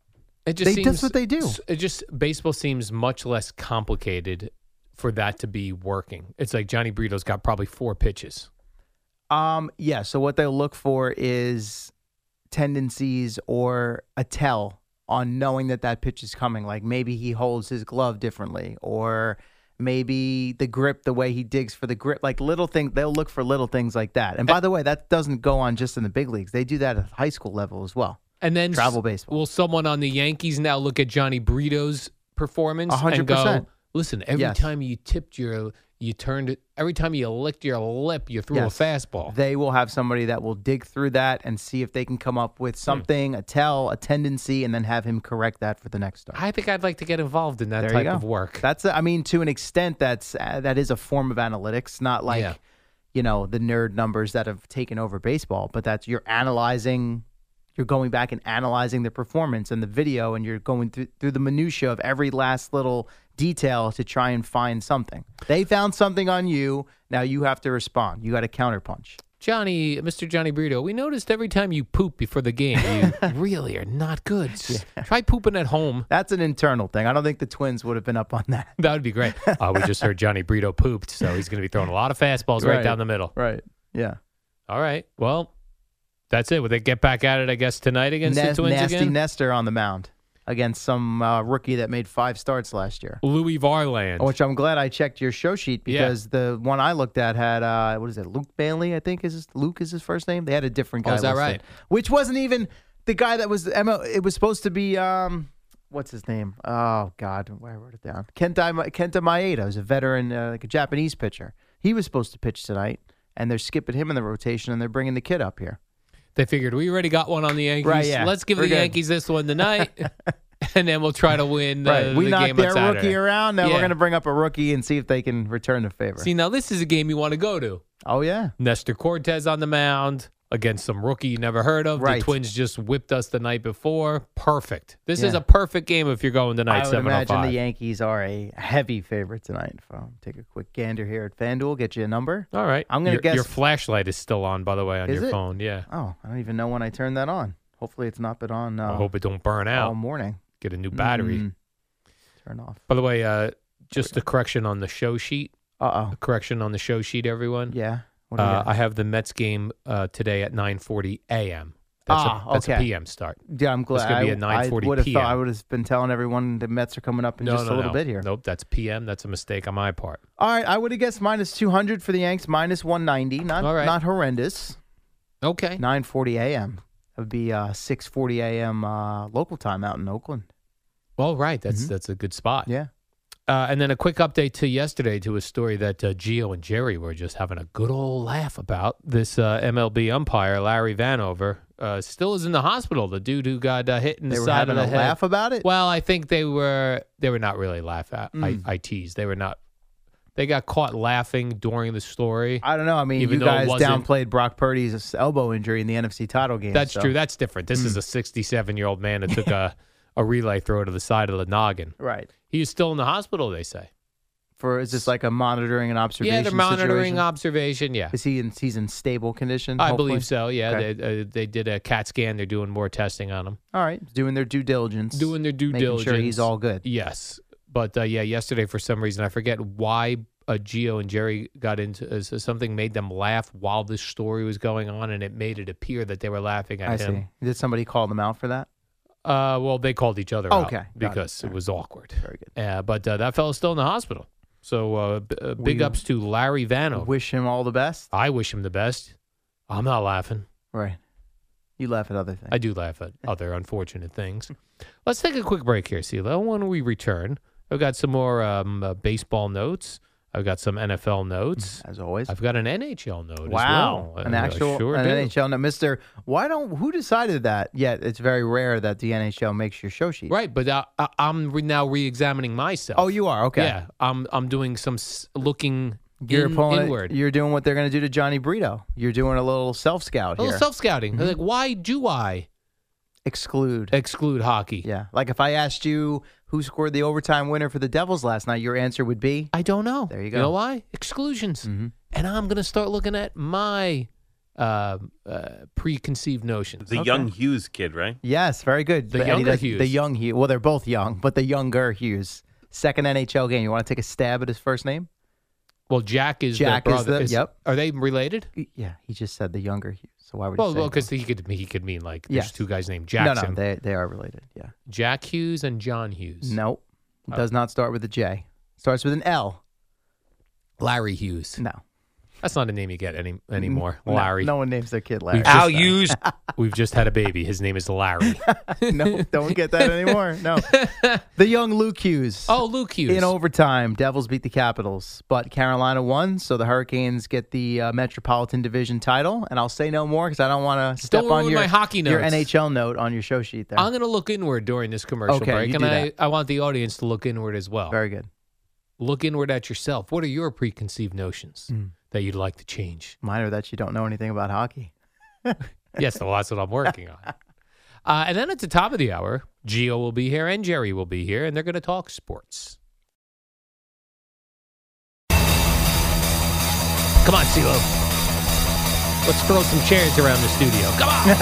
[SPEAKER 3] it just
[SPEAKER 4] they-
[SPEAKER 3] seems,
[SPEAKER 4] that's what they do.
[SPEAKER 3] It just baseball seems much less complicated for that to be working. It's like Johnny Brito's got probably four pitches.
[SPEAKER 4] Um, yeah. So what they'll look for is tendencies or a tell on knowing that that pitch is coming. Like maybe he holds his glove differently, or maybe the grip, the way he digs for the grip, like little things. They'll look for little things like that. And by the way, that doesn't go on just in the big leagues. They do that at high school level as well.
[SPEAKER 3] And then s-
[SPEAKER 4] Travel baseball.
[SPEAKER 3] Will someone on the Yankees now look at Johnny Brito's performance
[SPEAKER 4] A hundred
[SPEAKER 3] and go,
[SPEAKER 4] percent.
[SPEAKER 3] "Listen, every
[SPEAKER 4] Yes.
[SPEAKER 3] time you tipped your, you turned it. Every time you licked your lip, you threw
[SPEAKER 4] Yes.
[SPEAKER 3] a fastball."
[SPEAKER 4] They will have somebody that will dig through that and see if they can come up with something, a tell, a tendency, and then have him correct that for the next start.
[SPEAKER 3] I think I'd like to get involved in that
[SPEAKER 4] There you
[SPEAKER 3] type
[SPEAKER 4] go.
[SPEAKER 3] of work.
[SPEAKER 4] That's, I mean, to an extent, that's uh, that is a form of analytics, not like
[SPEAKER 3] Yeah.
[SPEAKER 4] you know the nerd numbers that have taken over baseball, but that's you're analyzing, you're going back and analyzing the performance and the video, and you're going through through the minutia of every last little detail to try and find something. They found something on you. Now you have to respond. You got a counterpunch.
[SPEAKER 3] Johnny, Mr. Johnny Brito, we noticed every time you poop before the game,
[SPEAKER 4] [LAUGHS]
[SPEAKER 3] you really are not good. S- Try pooping at home.
[SPEAKER 4] That's an internal thing. I don't think the Twins would have been up on that.
[SPEAKER 3] That would be
[SPEAKER 4] [LAUGHS]
[SPEAKER 3] great. Uh, we just heard Johnny Brito pooped, so he's going to be throwing a lot of fastballs right,
[SPEAKER 4] Right.
[SPEAKER 3] down the middle.
[SPEAKER 4] Right. Yeah.
[SPEAKER 3] All right. Well, that's it. Will they get back at it, I guess, tonight against
[SPEAKER 4] Nas-
[SPEAKER 3] the Twins
[SPEAKER 4] nasty
[SPEAKER 3] again?
[SPEAKER 4] Nestor on the mound against some uh, rookie that made five starts last year.
[SPEAKER 3] Louis Varland.
[SPEAKER 4] Which I'm glad I checked your show sheet
[SPEAKER 3] Yeah.
[SPEAKER 4] because the one I looked at had uh, what is it? Luke Bailey, I think is his, Luke is his first name. They had a different
[SPEAKER 3] Oh,
[SPEAKER 4] guy.
[SPEAKER 3] is that
[SPEAKER 4] listed,
[SPEAKER 3] right?
[SPEAKER 4] Which wasn't even the guy that was ML, It was supposed to be um, what's his name? Oh God, where I wrote it down. Kenta Ma- Kenta Maeda is a veteran, uh, like a Japanese pitcher. He was supposed to pitch tonight, and they're skipping him in the rotation, and they're bringing the kid up here.
[SPEAKER 3] They figured we already got one on the Yankees.
[SPEAKER 4] Right, yeah.
[SPEAKER 3] Let's give
[SPEAKER 4] We're
[SPEAKER 3] the
[SPEAKER 4] good.
[SPEAKER 3] Yankees this one
[SPEAKER 4] [LAUGHS]
[SPEAKER 3] tonight, and then we'll try to win the,
[SPEAKER 4] We
[SPEAKER 3] the
[SPEAKER 4] knocked
[SPEAKER 3] game
[SPEAKER 4] their
[SPEAKER 3] on Saturday.
[SPEAKER 4] rookie around. Now
[SPEAKER 3] Yeah.
[SPEAKER 4] we're going to bring up a rookie and see if they can return the favor.
[SPEAKER 3] See, now this is a game you want to go to.
[SPEAKER 4] oh yeah,
[SPEAKER 3] Nestor Cortez on the mound against some rookie you never heard of.
[SPEAKER 4] Right.
[SPEAKER 3] The Twins just whipped us the night before. Perfect. This is
[SPEAKER 4] Yeah.
[SPEAKER 3] a perfect game if you're going tonight.
[SPEAKER 4] I would imagine
[SPEAKER 3] 7:05.
[SPEAKER 4] the Yankees are a heavy favorite tonight. If I'll take a quick gander here at FanDuel, get you a number.
[SPEAKER 3] All right.
[SPEAKER 4] I'm gonna
[SPEAKER 3] your,
[SPEAKER 4] guess-
[SPEAKER 3] your flashlight is still on, by the way, on
[SPEAKER 4] Is
[SPEAKER 3] your
[SPEAKER 4] it?
[SPEAKER 3] phone. Yeah.
[SPEAKER 4] Oh, I don't even know when I turned that on. Hopefully, it's not been on
[SPEAKER 3] I
[SPEAKER 4] uh,
[SPEAKER 3] hope it don't burn
[SPEAKER 4] all
[SPEAKER 3] out.
[SPEAKER 4] morning.
[SPEAKER 3] Get a new battery.
[SPEAKER 4] Mm. Turn off.
[SPEAKER 3] By the way, uh, just a correction on the show sheet.
[SPEAKER 4] Uh
[SPEAKER 3] A correction on the show sheet, everyone.
[SPEAKER 4] oh. Yeah. What do we
[SPEAKER 3] Uh,
[SPEAKER 4] got?
[SPEAKER 3] I have the Mets game uh, today at 9:40 a.m. That's,
[SPEAKER 4] Ah,
[SPEAKER 3] a, that's
[SPEAKER 4] okay.
[SPEAKER 3] a p.m. start.
[SPEAKER 4] yeah, I'm glad.
[SPEAKER 3] gonna be
[SPEAKER 4] I-
[SPEAKER 3] at 9:40
[SPEAKER 4] I would have
[SPEAKER 3] PM.
[SPEAKER 4] thought I would have been telling everyone the Mets are coming up in
[SPEAKER 3] no,
[SPEAKER 4] just
[SPEAKER 3] no,
[SPEAKER 4] a little
[SPEAKER 3] no.
[SPEAKER 4] bit here.
[SPEAKER 3] Nope, that's p.m. That's a mistake on my part.
[SPEAKER 4] All right, I would have guessed minus 200 for the Yanks, minus 190. Not
[SPEAKER 3] All right.
[SPEAKER 4] not horrendous.
[SPEAKER 3] Okay.
[SPEAKER 4] 9:40 a.m. It would be uh, 6:40 a.m. Uh, local time out in Oakland.
[SPEAKER 3] Well, right. That's that's a good spot.
[SPEAKER 4] Mm-hmm. Yeah.
[SPEAKER 3] Uh, and then a quick update to yesterday to a story that uh, Gio and Jerry were just having a good old laugh about. This uh, MLB umpire, Larry Vanover, uh, still is in the hospital. The dude who got uh, hit in the
[SPEAKER 4] They were
[SPEAKER 3] side
[SPEAKER 4] having
[SPEAKER 3] of the
[SPEAKER 4] a
[SPEAKER 3] head.
[SPEAKER 4] laugh about it. Mm.
[SPEAKER 3] Well, I think they were they were not really laugh at I, I tease. They were not. They got caught laughing during the story.
[SPEAKER 4] I don't know. I mean,
[SPEAKER 3] Even
[SPEAKER 4] you
[SPEAKER 3] though it
[SPEAKER 4] guys
[SPEAKER 3] wasn't-
[SPEAKER 4] downplayed Brock Purdy's elbow injury in the NFC title game.
[SPEAKER 3] That's
[SPEAKER 4] so- Mm.
[SPEAKER 3] true. That's different. This is a 67 year old man that
[SPEAKER 4] [LAUGHS]
[SPEAKER 3] took a, a relay throw to the side of the noggin.
[SPEAKER 4] right.
[SPEAKER 3] He is still in the hospital. They say.
[SPEAKER 4] for is this like a monitoring and observation?
[SPEAKER 3] yeah, they're monitoring
[SPEAKER 4] situation?
[SPEAKER 3] observation. Yeah,
[SPEAKER 4] Is he in? He's in stable condition.
[SPEAKER 3] I
[SPEAKER 4] hopefully?
[SPEAKER 3] believe so. Yeah,
[SPEAKER 4] Okay.
[SPEAKER 3] they, uh, they did a CAT scan. They're doing more testing on him.
[SPEAKER 4] All right, doing their due diligence.
[SPEAKER 3] Doing their due
[SPEAKER 4] making
[SPEAKER 3] diligence.
[SPEAKER 4] Sure, he's all good.
[SPEAKER 3] Yes, but uh, yeah, yesterday for some reason I forget why uh, Geo and Jerry got into uh, so something made them laugh while this story was going on, and it made it appear that they were laughing at
[SPEAKER 4] I
[SPEAKER 3] him.
[SPEAKER 4] see. Did somebody call them out for that?
[SPEAKER 3] Uh, well, they called each other
[SPEAKER 4] Okay, got
[SPEAKER 3] out
[SPEAKER 4] it.
[SPEAKER 3] because it was awkward.
[SPEAKER 4] Very good.
[SPEAKER 3] Uh, but uh, that fellow's still in the hospital. So uh, b- uh, big
[SPEAKER 4] We-
[SPEAKER 3] ups to Larry Vano.
[SPEAKER 4] Wish him all the best.
[SPEAKER 3] I wish him the best. I'm not laughing.
[SPEAKER 4] Right. You laugh at other things.
[SPEAKER 3] I do laugh at other unfortunate
[SPEAKER 4] [LAUGHS]
[SPEAKER 3] things. Let's take a quick break here, CeeLo. When we return, I've got some more um, uh, baseball notes. I've got some NFL notes.
[SPEAKER 4] as always.
[SPEAKER 3] I've got an NHL note
[SPEAKER 4] Mm, Wow,
[SPEAKER 3] as well.
[SPEAKER 4] an
[SPEAKER 3] Uh, I
[SPEAKER 4] actual
[SPEAKER 3] sure
[SPEAKER 4] an
[SPEAKER 3] do.
[SPEAKER 4] NHL. Now, Mister, why don't who decided that? Yet it's very rare that the NHL makes your show sheet.
[SPEAKER 3] Right, but I, I, I'm re- now re-examining myself.
[SPEAKER 4] Oh, you are okay.
[SPEAKER 3] Yeah, I'm I'm doing some s- looking
[SPEAKER 4] You're
[SPEAKER 3] in-
[SPEAKER 4] pulling.
[SPEAKER 3] inward.
[SPEAKER 4] You're doing what they're going to do to Johnny Brito. You're doing a little self scout
[SPEAKER 3] a
[SPEAKER 4] here. Mm-hmm.
[SPEAKER 3] little self-scouting. Like, why do I
[SPEAKER 4] Exclude.
[SPEAKER 3] exclude hockey?
[SPEAKER 4] yeah, like if I asked you who scored the overtime winner for the Devils last night, your answer would be
[SPEAKER 3] I don't know.
[SPEAKER 4] There you
[SPEAKER 3] You know
[SPEAKER 4] go. Mm-hmm.
[SPEAKER 3] why? Exclusions. And I'm going to start looking at my uh, uh, preconceived notions.
[SPEAKER 5] The young Hughes kid, right?
[SPEAKER 4] yes, very good.
[SPEAKER 3] The
[SPEAKER 4] But Eddie
[SPEAKER 3] younger
[SPEAKER 4] does-
[SPEAKER 3] Hughes.
[SPEAKER 4] The young Hughes. Well, they're both young, but the younger Hughes. Second NHL game. You want to take a stab at his first name?
[SPEAKER 3] well, Jack is
[SPEAKER 4] Jack
[SPEAKER 3] the
[SPEAKER 4] is
[SPEAKER 3] brother.
[SPEAKER 4] the- yep.
[SPEAKER 3] Are they related?
[SPEAKER 4] Yeah, he just said the younger Hughes. So why would
[SPEAKER 3] Well,
[SPEAKER 4] you say?
[SPEAKER 3] well, because he could he could mean like there's
[SPEAKER 4] Yes.
[SPEAKER 3] two guys named
[SPEAKER 4] no,
[SPEAKER 3] Jackson,
[SPEAKER 4] no, they they are related. Yeah.
[SPEAKER 3] Jack Hughes and John Hughes.
[SPEAKER 4] Nope. Oh. It Does not start with a J. Starts with an L.
[SPEAKER 3] Larry Hughes.
[SPEAKER 4] No.
[SPEAKER 3] That's not a name you get any anymore.
[SPEAKER 4] No-
[SPEAKER 3] Larry.
[SPEAKER 4] No, one names their kid Larry.
[SPEAKER 3] We've just-
[SPEAKER 4] [LAUGHS]
[SPEAKER 3] We've just had a baby. His name is Larry.
[SPEAKER 4] no, don't get that anymore. No. [LAUGHS] The young Luke Hughes.
[SPEAKER 3] Oh, Luke Hughes.
[SPEAKER 4] In overtime, Devils beat the Capitals, but Carolina won, so the Hurricanes get the uh, Metropolitan Division title. And I'll say no more because I don't want to step on
[SPEAKER 3] ruin
[SPEAKER 4] your
[SPEAKER 3] my hockey
[SPEAKER 4] your
[SPEAKER 3] notes.
[SPEAKER 4] NHL note on your show sheet there.
[SPEAKER 3] I'm going to look inward during this commercial
[SPEAKER 4] Okay,
[SPEAKER 3] break,
[SPEAKER 4] you
[SPEAKER 3] and
[SPEAKER 4] do
[SPEAKER 3] I,
[SPEAKER 4] that.
[SPEAKER 3] I want the audience to look inward as well.
[SPEAKER 4] Very good.
[SPEAKER 3] Look inward at yourself. What are your preconceived notions
[SPEAKER 4] Mm.
[SPEAKER 3] that you'd like to change?
[SPEAKER 4] Minor that you don't know anything about hockey.
[SPEAKER 3] Yes, well, that's what I'm working
[SPEAKER 4] [LAUGHS]
[SPEAKER 3] on. Uh, and then at the top of the hour, Gio will be here and Jerry will be here, and they're going to talk sports. Come on, CeeLo. Let's throw some chairs around the studio. Come on. [LAUGHS]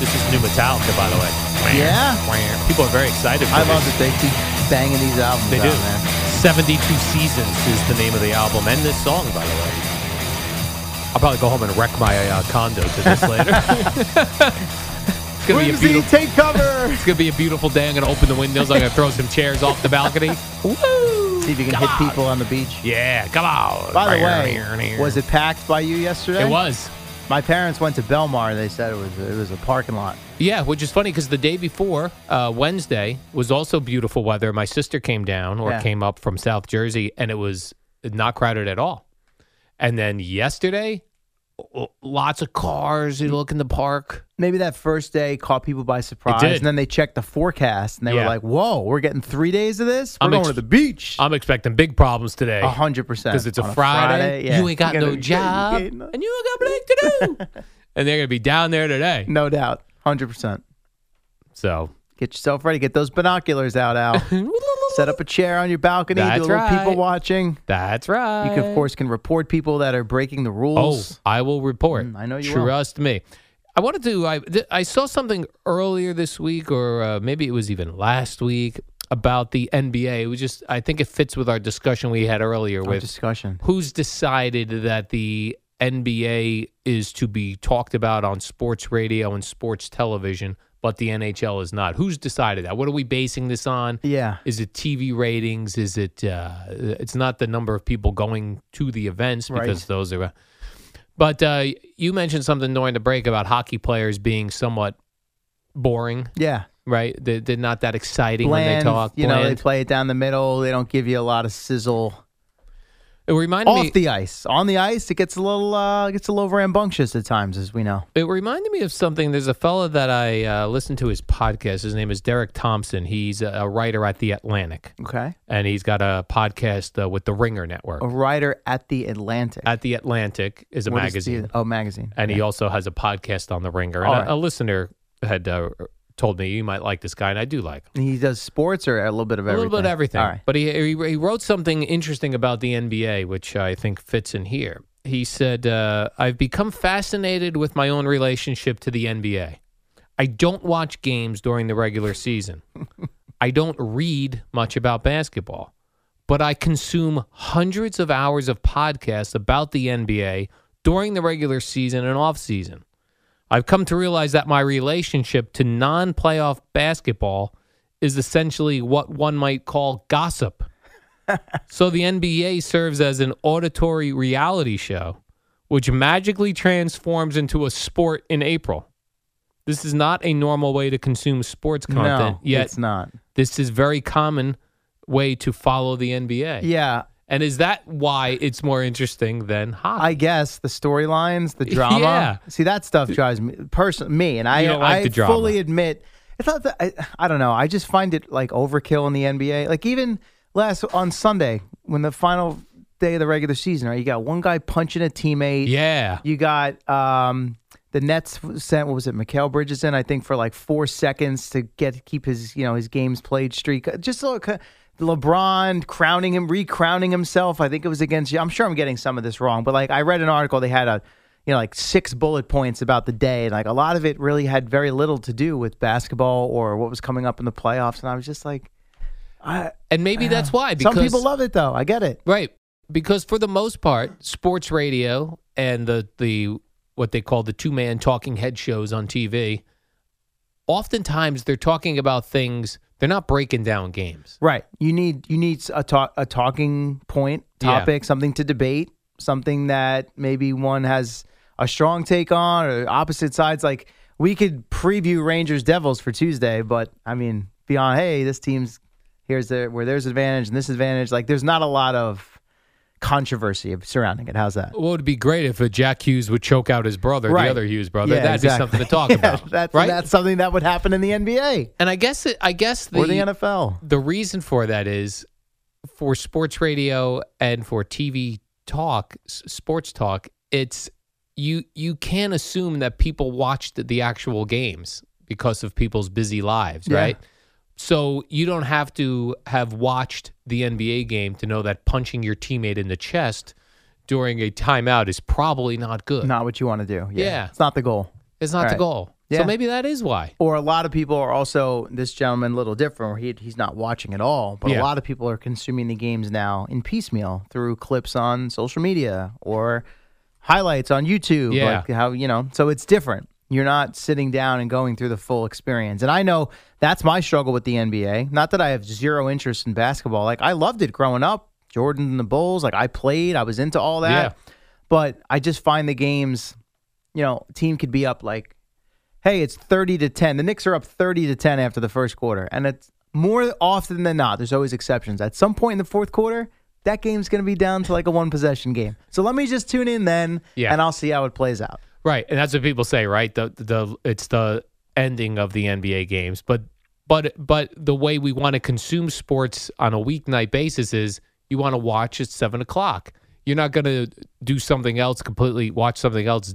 [SPEAKER 3] this is new Metallica, by the way.
[SPEAKER 4] Yeah?
[SPEAKER 3] People are very excited. For
[SPEAKER 4] I
[SPEAKER 3] this.
[SPEAKER 4] love that they keep banging these albums
[SPEAKER 3] They
[SPEAKER 4] out,
[SPEAKER 3] do.
[SPEAKER 4] man.
[SPEAKER 3] 72 Seasons is the name of the album, and this song, by the way. I'll probably go home and wreck my uh, condo to this [LAUGHS] later. it's gonna be a
[SPEAKER 4] Whimsy,
[SPEAKER 3] beautiful.
[SPEAKER 4] take cover!
[SPEAKER 3] It's gonna be a beautiful day. I'm gonna open the windows. I'm gonna throw some chairs off the balcony. [LAUGHS] Woo!
[SPEAKER 4] [LAUGHS] See if you can
[SPEAKER 3] Come
[SPEAKER 4] hit
[SPEAKER 3] on.
[SPEAKER 4] people on the beach.
[SPEAKER 3] Yeah, come on.
[SPEAKER 4] By the way, was it packed by you yesterday?
[SPEAKER 3] It was.
[SPEAKER 4] My parents went to Belmar. and They said it was it was a parking lot.
[SPEAKER 3] Yeah, which is funny because the day before, uh, Wednesday, was also beautiful weather. My sister came down or
[SPEAKER 4] Yeah.
[SPEAKER 3] came up from South Jersey and it was not crowded at all. And then yesterday, o- lots of cars. You look in the park.
[SPEAKER 4] Maybe that first day caught people by surprise,
[SPEAKER 3] did.
[SPEAKER 4] and then they checked the forecast and they
[SPEAKER 3] Yeah.
[SPEAKER 4] were like, "Whoa, we're getting three days of this. We're
[SPEAKER 3] I'm
[SPEAKER 4] going
[SPEAKER 3] ex-
[SPEAKER 4] to the beach."
[SPEAKER 3] I'm expecting big problems today.
[SPEAKER 4] A hundred percent
[SPEAKER 3] because it's a
[SPEAKER 4] Uh-huh. On
[SPEAKER 3] Friday.
[SPEAKER 4] yeah.
[SPEAKER 3] You ain't got
[SPEAKER 4] gotta-
[SPEAKER 3] no
[SPEAKER 4] you
[SPEAKER 3] job,
[SPEAKER 4] ain't got
[SPEAKER 3] and you ain't got Blake
[SPEAKER 4] [LAUGHS]
[SPEAKER 3] to do. and they're gonna be down there today.
[SPEAKER 4] No doubt, hundred percent.
[SPEAKER 3] So
[SPEAKER 4] Get yourself ready. Get those binoculars
[SPEAKER 3] [LAUGHS]
[SPEAKER 4] out, Al. Set up a chair on your balcony.
[SPEAKER 3] That's
[SPEAKER 4] do a little people
[SPEAKER 3] right.
[SPEAKER 4] watching.
[SPEAKER 3] that's right.
[SPEAKER 4] You can, of course, can report people that are breaking the
[SPEAKER 3] Oh,
[SPEAKER 4] rules.
[SPEAKER 3] I will report.
[SPEAKER 4] Mm, I know you will.
[SPEAKER 3] Trust me. I wanted to. I th- I saw something earlier this week, or uh, maybe it was even last week, about the NBA. It was just. I think it fits with our discussion we had earlier
[SPEAKER 4] Our
[SPEAKER 3] with
[SPEAKER 4] discussion.
[SPEAKER 3] who's decided that the NBA is to be talked about on sports radio and sports television, but the NHL is not. Who's decided that? What are we basing this on?
[SPEAKER 4] Yeah.
[SPEAKER 3] Is it TV ratings? Is it? Uh, it's not the number of people going to the events
[SPEAKER 4] Right.
[SPEAKER 3] because those are. But uh, you mentioned something during the break about hockey players being somewhat boring,
[SPEAKER 4] Yeah.
[SPEAKER 3] right? They, they're not that exciting when they
[SPEAKER 4] bland.
[SPEAKER 3] talk.
[SPEAKER 4] you know, they
[SPEAKER 3] bland.
[SPEAKER 4] play it down the middle. They don't give you a lot of sizzle
[SPEAKER 3] it reminded
[SPEAKER 4] off
[SPEAKER 3] me
[SPEAKER 4] the ice. On the ice, it gets a little uh, gets a little rambunctious at times, as we know.
[SPEAKER 3] It reminded me of something. There's a fella that I uh, listened to his podcast. His name is Derek Thompson. He's a, a writer at The Atlantic,
[SPEAKER 4] Okay,
[SPEAKER 3] and he's got a podcast uh, with the Ringer Network.
[SPEAKER 4] a writer at the Atlantic.
[SPEAKER 3] At The Atlantic is a
[SPEAKER 4] Oh. What is the-
[SPEAKER 3] magazine,
[SPEAKER 4] oh, magazine.
[SPEAKER 3] and he also has a podcast on the Ringer.
[SPEAKER 4] All
[SPEAKER 3] And
[SPEAKER 4] right.
[SPEAKER 3] a, a listener had uh, told me you might like this guy, and I do like him.
[SPEAKER 4] He does sports or a little bit of everything.
[SPEAKER 3] A little bit of everything.
[SPEAKER 4] All right.
[SPEAKER 3] But he, he he wrote something interesting about the NBA, which I think fits in here. He said, uh, "I've become fascinated with my own relationship to the NBA. I don't watch games during the regular season. I don't read much about basketball, but I consume hundreds of hours of podcasts about the NBA during the regular season and off season." I've come to realize that my relationship to non playoff basketball is essentially what one might call gossip.
[SPEAKER 4] [LAUGHS]
[SPEAKER 3] so the NBA serves as an auditory reality show, which magically transforms into a sport in April. This is not a normal way to consume sports content,
[SPEAKER 4] No,
[SPEAKER 3] yet
[SPEAKER 4] it's not.
[SPEAKER 3] this is very common way to follow the NBA.
[SPEAKER 4] Yeah,
[SPEAKER 3] And is that why it's more interesting than hockey?
[SPEAKER 4] I guess the
[SPEAKER 3] [LAUGHS]
[SPEAKER 4] storylines, the drama.
[SPEAKER 3] Yeah.
[SPEAKER 4] See that stuff drives me person me, and I
[SPEAKER 3] You don't like
[SPEAKER 4] I
[SPEAKER 3] the drama.
[SPEAKER 4] fully admit. It's not that I, I don't know. I just find it like overkill in the NBA. Like even last on Sunday when the final day of the regular season, right? You got one guy punching a teammate.
[SPEAKER 3] yeah.
[SPEAKER 4] You got um, the Nets sent what was it, Mikael Bridges in, I think, for like four seconds to get keep his you know his games played streak. Uh, Just look, LeBron crowning him, recrowning himself. I think it was against you. I'm sure I'm getting some of this wrong, but like I read an article, they had a you know like six bullet points about the day, and like a lot of it really had very little to do with basketball or what was coming up in the playoffs. And I was just like,
[SPEAKER 3] And maybe that's why. Because
[SPEAKER 4] some people love it though. I get it.
[SPEAKER 3] Right. Because for the most part, sports radio and the the what they call the two man talking head shows on TV, oftentimes they're talking about things they're not breaking down games.
[SPEAKER 4] Right. You need you need a talk a talking point
[SPEAKER 3] Yeah.
[SPEAKER 4] topic, something to debate, something that maybe one has a strong take on or opposite sides. Like we could preview Rangers Devils for Tuesday, but I mean beyond hey, this team's here's their where there's advantage and this advantage. Like there's not a lot of controversy of- surrounding it. How's that?
[SPEAKER 3] Well, it would be great if a Jack Hughes would choke out his brother,
[SPEAKER 4] Right.
[SPEAKER 3] the other Hughes brother.
[SPEAKER 4] Yeah,
[SPEAKER 3] That'd
[SPEAKER 4] exactly.
[SPEAKER 3] be something
[SPEAKER 4] [LAUGHS]
[SPEAKER 3] to [LAUGHS] talk
[SPEAKER 4] Yeah,
[SPEAKER 3] about.
[SPEAKER 4] That's
[SPEAKER 3] right?
[SPEAKER 4] that's something that would happen in the NBA
[SPEAKER 3] and I guess it, I guess
[SPEAKER 4] or the NFL.
[SPEAKER 3] the reason for that is for sports radio and for TV talk, s- sports talk, it's you you can assume that people watched the actual games because of people's busy lives,
[SPEAKER 4] Yeah.
[SPEAKER 3] right? So you don't have to have watched the NBA game to know that punching your teammate in the chest during a timeout is probably not good.
[SPEAKER 4] Not what you want to do.
[SPEAKER 3] Yeah.
[SPEAKER 4] It's not the goal.
[SPEAKER 3] It's not the
[SPEAKER 4] Right.
[SPEAKER 3] goal.
[SPEAKER 4] Yeah.
[SPEAKER 3] So maybe that is why.
[SPEAKER 4] or a lot of people are also this gentleman a little different where he, he's not watching at all but
[SPEAKER 3] Yeah.
[SPEAKER 4] a lot of people are consuming the games now in piecemeal through clips on social media or highlights on youtube
[SPEAKER 3] Yeah.
[SPEAKER 4] like how you know so it's different you're not sitting down and going through the full experience and i know that's my struggle with the nba not that i have zero interest in basketball like i loved it growing up jordan and the bulls like i played i was into all that but i just find the games you know team could be up like hey, it's 30 to 10. The Knicks are up 30 to 10 after the first quarter. And it's more often than not, there's always exceptions. At some point in the fourth quarter, that game's going to be down to like a one possession game. So let me just tune in then,
[SPEAKER 3] Yeah.
[SPEAKER 4] and I'll see how it plays out.
[SPEAKER 3] Right, and that's what people say, right? The the it's the ending of the NBA games, but but but the way we want to consume sports on a weeknight basis is you want to watch at seven o'clock. You're not going to do something else completely. Watch something else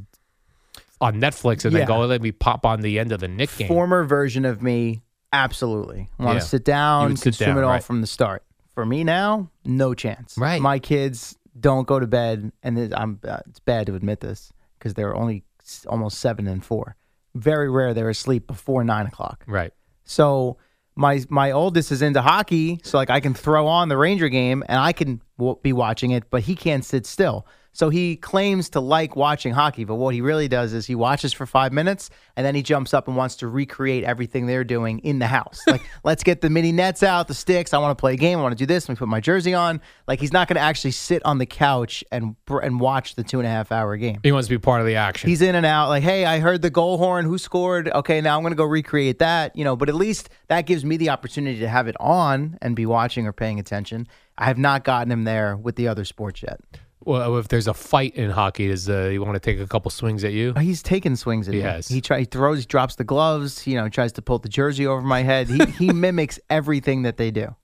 [SPEAKER 3] on Netflix and
[SPEAKER 4] Yeah.
[SPEAKER 3] then go. Let me pop on the end of the Nick game.
[SPEAKER 4] Former version of me, absolutely. Want
[SPEAKER 3] Yeah.
[SPEAKER 4] to sit
[SPEAKER 3] You
[SPEAKER 4] down,
[SPEAKER 3] would sit
[SPEAKER 4] consume
[SPEAKER 3] down,
[SPEAKER 4] it all
[SPEAKER 3] right.
[SPEAKER 4] from the start. For me now, no chance.
[SPEAKER 3] Right.
[SPEAKER 4] My kids don't go to bed, and it- I'm, uh, it's bad to admit this because they're only s- almost seven and four. Very rare they're asleep before nine o'clock.
[SPEAKER 3] right,
[SPEAKER 4] So my my oldest is into hockey, so like I can throw on the Ranger game and I can w- be watching it, but he can't sit still. So he claims to like watching hockey, but what he really does is he watches for five minutes and then he jumps up and wants to recreate everything they're doing in the house. Like, let's get the mini nets out, the sticks. I want to play a game. I want to do this. Let me put my jersey on. Like, he's not going to actually sit on the couch and br- and watch the two and a half hour game.
[SPEAKER 3] he wants to be part of the action.
[SPEAKER 4] He's in and out. Like, hey, I heard the goal horn. Who scored? Okay, now I'm going to go recreate that. You know, but at least that gives me the opportunity to have it on and be watching or paying attention. I have not gotten him there with the other sports yet.
[SPEAKER 3] well, if there's a fight in hockey, does uh, you want to take a couple swings at you?
[SPEAKER 4] But He's taken swings at
[SPEAKER 3] He
[SPEAKER 4] me.
[SPEAKER 3] has.
[SPEAKER 4] He tries, he throws, drops the gloves. You know, tries to pull the jersey over my head. He
[SPEAKER 3] [LAUGHS]
[SPEAKER 4] he mimics everything that they do.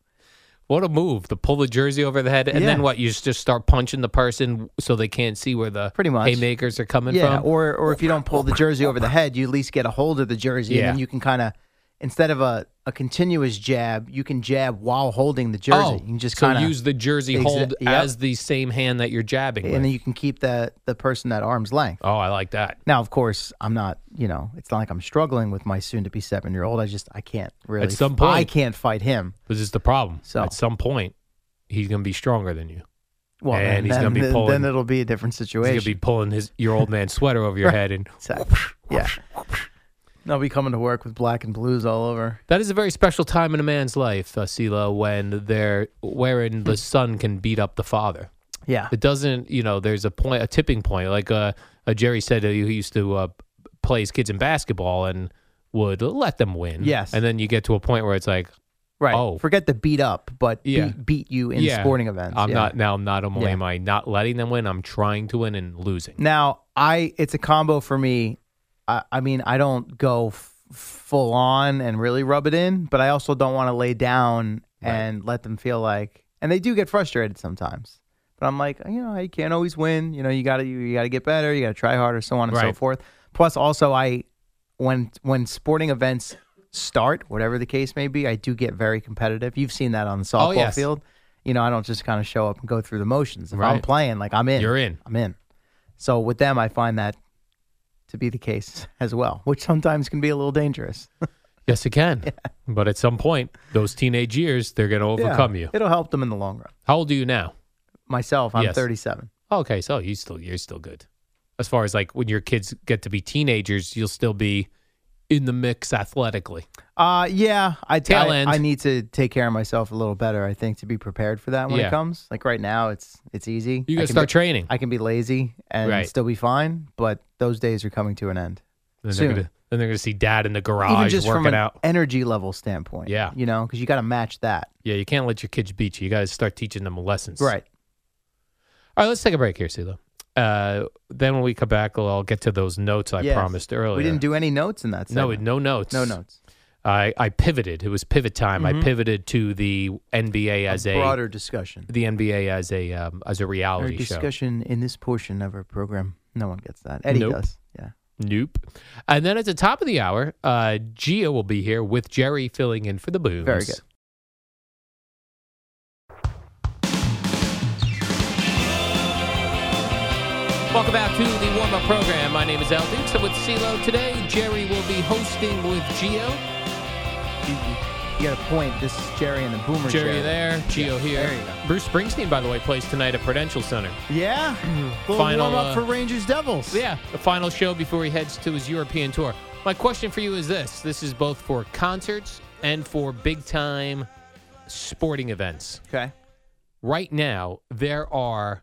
[SPEAKER 3] What a move to pull the jersey over the head, and
[SPEAKER 4] Yeah.
[SPEAKER 3] then what? You just start punching the person so they can't see where the
[SPEAKER 4] Pretty much.
[SPEAKER 3] haymakers are coming
[SPEAKER 4] Yeah,
[SPEAKER 3] from.
[SPEAKER 4] or or if you don't pull the jersey over the head, you at least get a hold of the jersey, and then
[SPEAKER 3] Yeah.
[SPEAKER 4] you can kind of instead of a, a continuous jab, you can jab while holding the jersey. you can just
[SPEAKER 3] Oh, so
[SPEAKER 4] kind of
[SPEAKER 3] use the jersey
[SPEAKER 4] Exa-
[SPEAKER 3] hold
[SPEAKER 4] yep.
[SPEAKER 3] as the same hand that you're jabbing with.
[SPEAKER 4] and then you can keep the the person at arm's length.
[SPEAKER 3] oh, I like that.
[SPEAKER 4] Now, of course, I'm not. You know, it's not like I'm struggling with my soon-to-be seven-year-old. I just I can't really.
[SPEAKER 3] At some
[SPEAKER 4] I
[SPEAKER 3] point.
[SPEAKER 4] can't fight him.
[SPEAKER 3] This is the problem.
[SPEAKER 4] So-
[SPEAKER 3] at some point, he's going to be stronger than you.
[SPEAKER 4] Well,
[SPEAKER 3] And
[SPEAKER 4] then,
[SPEAKER 3] he's gonna be
[SPEAKER 4] then,
[SPEAKER 3] pulling-
[SPEAKER 4] then it'll be a different
[SPEAKER 3] He's
[SPEAKER 4] situation.
[SPEAKER 3] going to be pulling his your old man sweater over
[SPEAKER 4] [LAUGHS]
[SPEAKER 3] your head, and
[SPEAKER 4] Exactly. yeah. And I'll be coming to work with black and blues all over.
[SPEAKER 3] that is a very special time in a man's life, uh, Sila, when they're wherein
[SPEAKER 4] [CLEARS THROAT]
[SPEAKER 3] the son can beat up the father.
[SPEAKER 4] Yeah.
[SPEAKER 3] It doesn't, you know, there's a point, a tipping point. Like uh, uh, Jerry said, uh, he used to uh, play his kids in basketball and would let them win.
[SPEAKER 4] Yes.
[SPEAKER 3] and then you get to a point where it's like,
[SPEAKER 4] Right.
[SPEAKER 3] Oh.
[SPEAKER 4] Forget the beat up, but
[SPEAKER 3] Yeah.
[SPEAKER 4] beat, beat you in
[SPEAKER 3] yeah,
[SPEAKER 4] sporting events.
[SPEAKER 3] I'm
[SPEAKER 4] Yeah.
[SPEAKER 3] not now. Not only
[SPEAKER 4] Yeah.
[SPEAKER 3] am I not letting them win, I'm trying to win and losing.
[SPEAKER 4] Now, I it's a combo for me. I, I mean, I don't go f- full on and really rub it in, but I also don't want to lay down and let them feel like, and they do get frustrated sometimes. But I'm like, you know, you can't always win. You know, you gotta you, gotta get better. You gotta try harder, so on and so
[SPEAKER 3] Right.
[SPEAKER 4] forth. Plus, also, I when when sporting events start, whatever the case may be, I do get very competitive. You've seen that on the softball
[SPEAKER 3] Oh, yes.
[SPEAKER 4] field. You know, I don't just kind of show up and go through the motions. If I'm
[SPEAKER 3] Right.
[SPEAKER 4] playing, like I'm in,
[SPEAKER 3] You're in.
[SPEAKER 4] I'm in. So with them, I find that to be the case [LAUGHS] as well, which sometimes can be a little dangerous.
[SPEAKER 3] Yes, it
[SPEAKER 4] [LAUGHS]
[SPEAKER 3] can. But at some point, those teenage years, they're going to overcome you.
[SPEAKER 4] It'll help them in the long run.
[SPEAKER 3] How old are you now?
[SPEAKER 4] Myself, I'm
[SPEAKER 3] Yes.
[SPEAKER 4] 37.
[SPEAKER 3] Okay, so you still you're still good. As far as like when your kids get to be teenagers, you'll still be in the mix athletically.
[SPEAKER 4] Uh, yeah, I, t-
[SPEAKER 3] Tail
[SPEAKER 4] I-
[SPEAKER 3] end.
[SPEAKER 4] I need to take care of myself a little better. I think to be prepared for that when
[SPEAKER 3] Yeah.
[SPEAKER 4] it comes. Like right now, it's it's easy.
[SPEAKER 3] You
[SPEAKER 4] I
[SPEAKER 3] got to
[SPEAKER 4] can
[SPEAKER 3] start
[SPEAKER 4] be-
[SPEAKER 3] training.
[SPEAKER 4] I can be lazy and
[SPEAKER 3] Right.
[SPEAKER 4] still be fine, but those days are coming to an end.
[SPEAKER 3] then,
[SPEAKER 4] soon.
[SPEAKER 3] They're gonna, then they're going to see dad in the
[SPEAKER 4] Even
[SPEAKER 3] garage
[SPEAKER 4] just
[SPEAKER 3] Ah, working
[SPEAKER 4] from an
[SPEAKER 3] out.
[SPEAKER 4] energy level standpoint.
[SPEAKER 3] Yeah.
[SPEAKER 4] you know, because you got to match that.
[SPEAKER 3] Yeah, you can't let your kids beat you. You got to start teaching them lessons.
[SPEAKER 4] Right.
[SPEAKER 3] All right, let's take a break here, Silo. Uh, then when we come back, I'll get to those notes I
[SPEAKER 4] Yes.
[SPEAKER 3] promised earlier.
[SPEAKER 4] We didn't do any notes in that.
[SPEAKER 3] no,
[SPEAKER 4] segment.
[SPEAKER 3] no notes.
[SPEAKER 4] no notes. Mm-hmm.
[SPEAKER 3] I, I pivoted. It was pivot time. I pivoted to the NBA as a,
[SPEAKER 4] broader discussion.
[SPEAKER 3] the NBA as a um, as a
[SPEAKER 4] Our
[SPEAKER 3] reality show.
[SPEAKER 4] discussion in this portion of our program. No one gets that. Eddie
[SPEAKER 3] Nope.
[SPEAKER 4] does. Yeah.
[SPEAKER 3] Nope. And then at the top of the hour, uh, Gia will be here with Jerry filling in for the booms.
[SPEAKER 4] Very good.
[SPEAKER 3] Welcome back to the warm up program. My name is Al Dukes. I'm with CeeLo today. Jerry will be hosting with Gio.
[SPEAKER 4] You got a point. This is Jerry and the Boomer.
[SPEAKER 3] Jerry there, Gio here.
[SPEAKER 4] there you go.
[SPEAKER 3] Bruce Springsteen, by the way, plays tonight at Prudential Center.
[SPEAKER 4] Yeah. Little
[SPEAKER 3] Final,
[SPEAKER 4] warm up
[SPEAKER 3] uh,
[SPEAKER 4] for Rangers Devils.
[SPEAKER 3] Yeah, the final show before he heads to his European tour. My question for you is this this is both for concerts and for big time sporting events.
[SPEAKER 4] Okay.
[SPEAKER 3] Right now, there are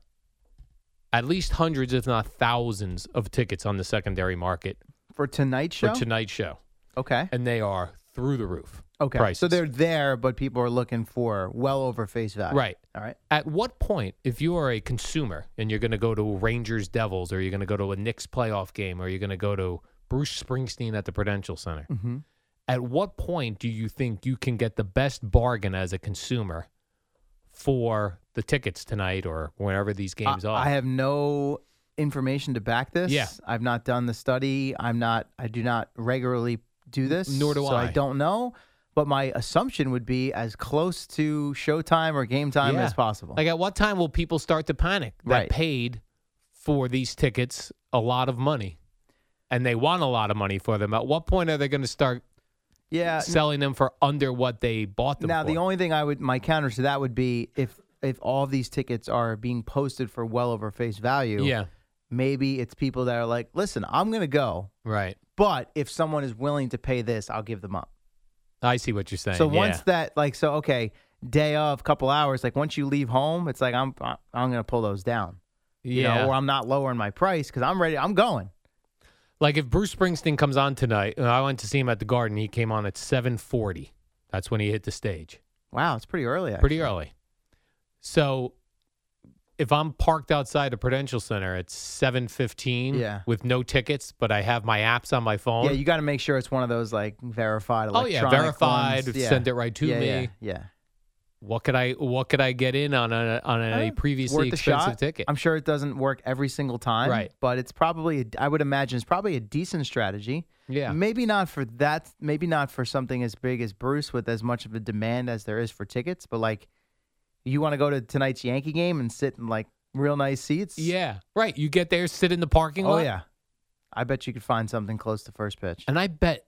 [SPEAKER 3] at least hundreds, if not thousands, of tickets on the secondary market
[SPEAKER 4] For tonight's
[SPEAKER 3] for
[SPEAKER 4] show.
[SPEAKER 3] tonight's show,
[SPEAKER 4] okay.
[SPEAKER 3] and they are through the roof.
[SPEAKER 4] Okay.
[SPEAKER 3] prices.
[SPEAKER 4] So they're there, but people are looking for well over face value.
[SPEAKER 3] Right.
[SPEAKER 4] All right.
[SPEAKER 3] At what point, if you are a consumer and you're going to go to Rangers Devils, or you're going to go to a Knicks playoff game, or you're going to go to Bruce Springsteen at the Prudential Center,
[SPEAKER 4] Mm-hmm.
[SPEAKER 3] at what point do you think you can get the best bargain as a consumer for the tickets tonight or whenever these games
[SPEAKER 4] I,
[SPEAKER 3] are?
[SPEAKER 4] I have no information to back this.
[SPEAKER 3] Yeah.
[SPEAKER 4] I've not done the study. I'm not. I do not regularly do this.
[SPEAKER 3] Nor do
[SPEAKER 4] so
[SPEAKER 3] I.
[SPEAKER 4] I don't know. But my assumption would be as close to showtime or game time
[SPEAKER 3] Yeah.
[SPEAKER 4] as possible.
[SPEAKER 3] Like, at what time will people start to panic that
[SPEAKER 4] Right.
[SPEAKER 3] paid for these tickets a lot of money and they want a lot of money for them? At what point are they going to start
[SPEAKER 4] yeah. Uh, n-
[SPEAKER 3] selling them for under what they bought them
[SPEAKER 4] Now
[SPEAKER 3] for?
[SPEAKER 4] the only thing I would my counter to that would be if if all of these tickets are being posted for well over face value.
[SPEAKER 3] yeah,
[SPEAKER 4] Maybe it's people that are like, listen, I'm gonna go,
[SPEAKER 3] right.
[SPEAKER 4] but if someone is willing to pay this, I'll give them up.
[SPEAKER 3] I see what you're saying.
[SPEAKER 4] So
[SPEAKER 3] Uh, yeah.
[SPEAKER 4] once that, like, so okay, day of, couple hours, like once you leave home, it's like I'm I'm gonna pull those down, you
[SPEAKER 3] yeah,
[SPEAKER 4] know, or I'm not lowering my price because I'm ready, I'm going.
[SPEAKER 3] like if Bruce Springsteen comes on tonight, and I went to see him at the Garden. He came on at 7:40. That's when he hit the stage.
[SPEAKER 4] Wow, it's pretty early. Actually.
[SPEAKER 3] Pretty early. So if I'm parked outside a Prudential Center at 7:15
[SPEAKER 4] Yeah.
[SPEAKER 3] with no tickets, but I have my apps on my phone.
[SPEAKER 4] Yeah, you got to make sure it's one of those like verified.
[SPEAKER 3] Oh, yeah,
[SPEAKER 4] electronic
[SPEAKER 3] verified,
[SPEAKER 4] ones.
[SPEAKER 3] send it right to
[SPEAKER 4] yeah,
[SPEAKER 3] me.
[SPEAKER 4] Yeah, yeah.
[SPEAKER 3] what could I what could I get in on a on a
[SPEAKER 4] Eh,
[SPEAKER 3] previously
[SPEAKER 4] worth a
[SPEAKER 3] expensive
[SPEAKER 4] shot.
[SPEAKER 3] ticket?
[SPEAKER 4] I'm sure it doesn't work every single time,
[SPEAKER 3] Right.
[SPEAKER 4] But it's probably, I would imagine, it's probably a decent strategy.
[SPEAKER 3] Yeah.
[SPEAKER 4] Maybe not for that. Maybe not for something as big as Bruce with as much of a demand as there is for tickets. But like, you want to go to tonight's Yankee game and sit in like real nice seats?
[SPEAKER 3] Yeah, right. You get there, sit in the parking
[SPEAKER 4] Oh
[SPEAKER 3] lot.
[SPEAKER 4] yeah. I bet you could find something close to first pitch.
[SPEAKER 3] And I bet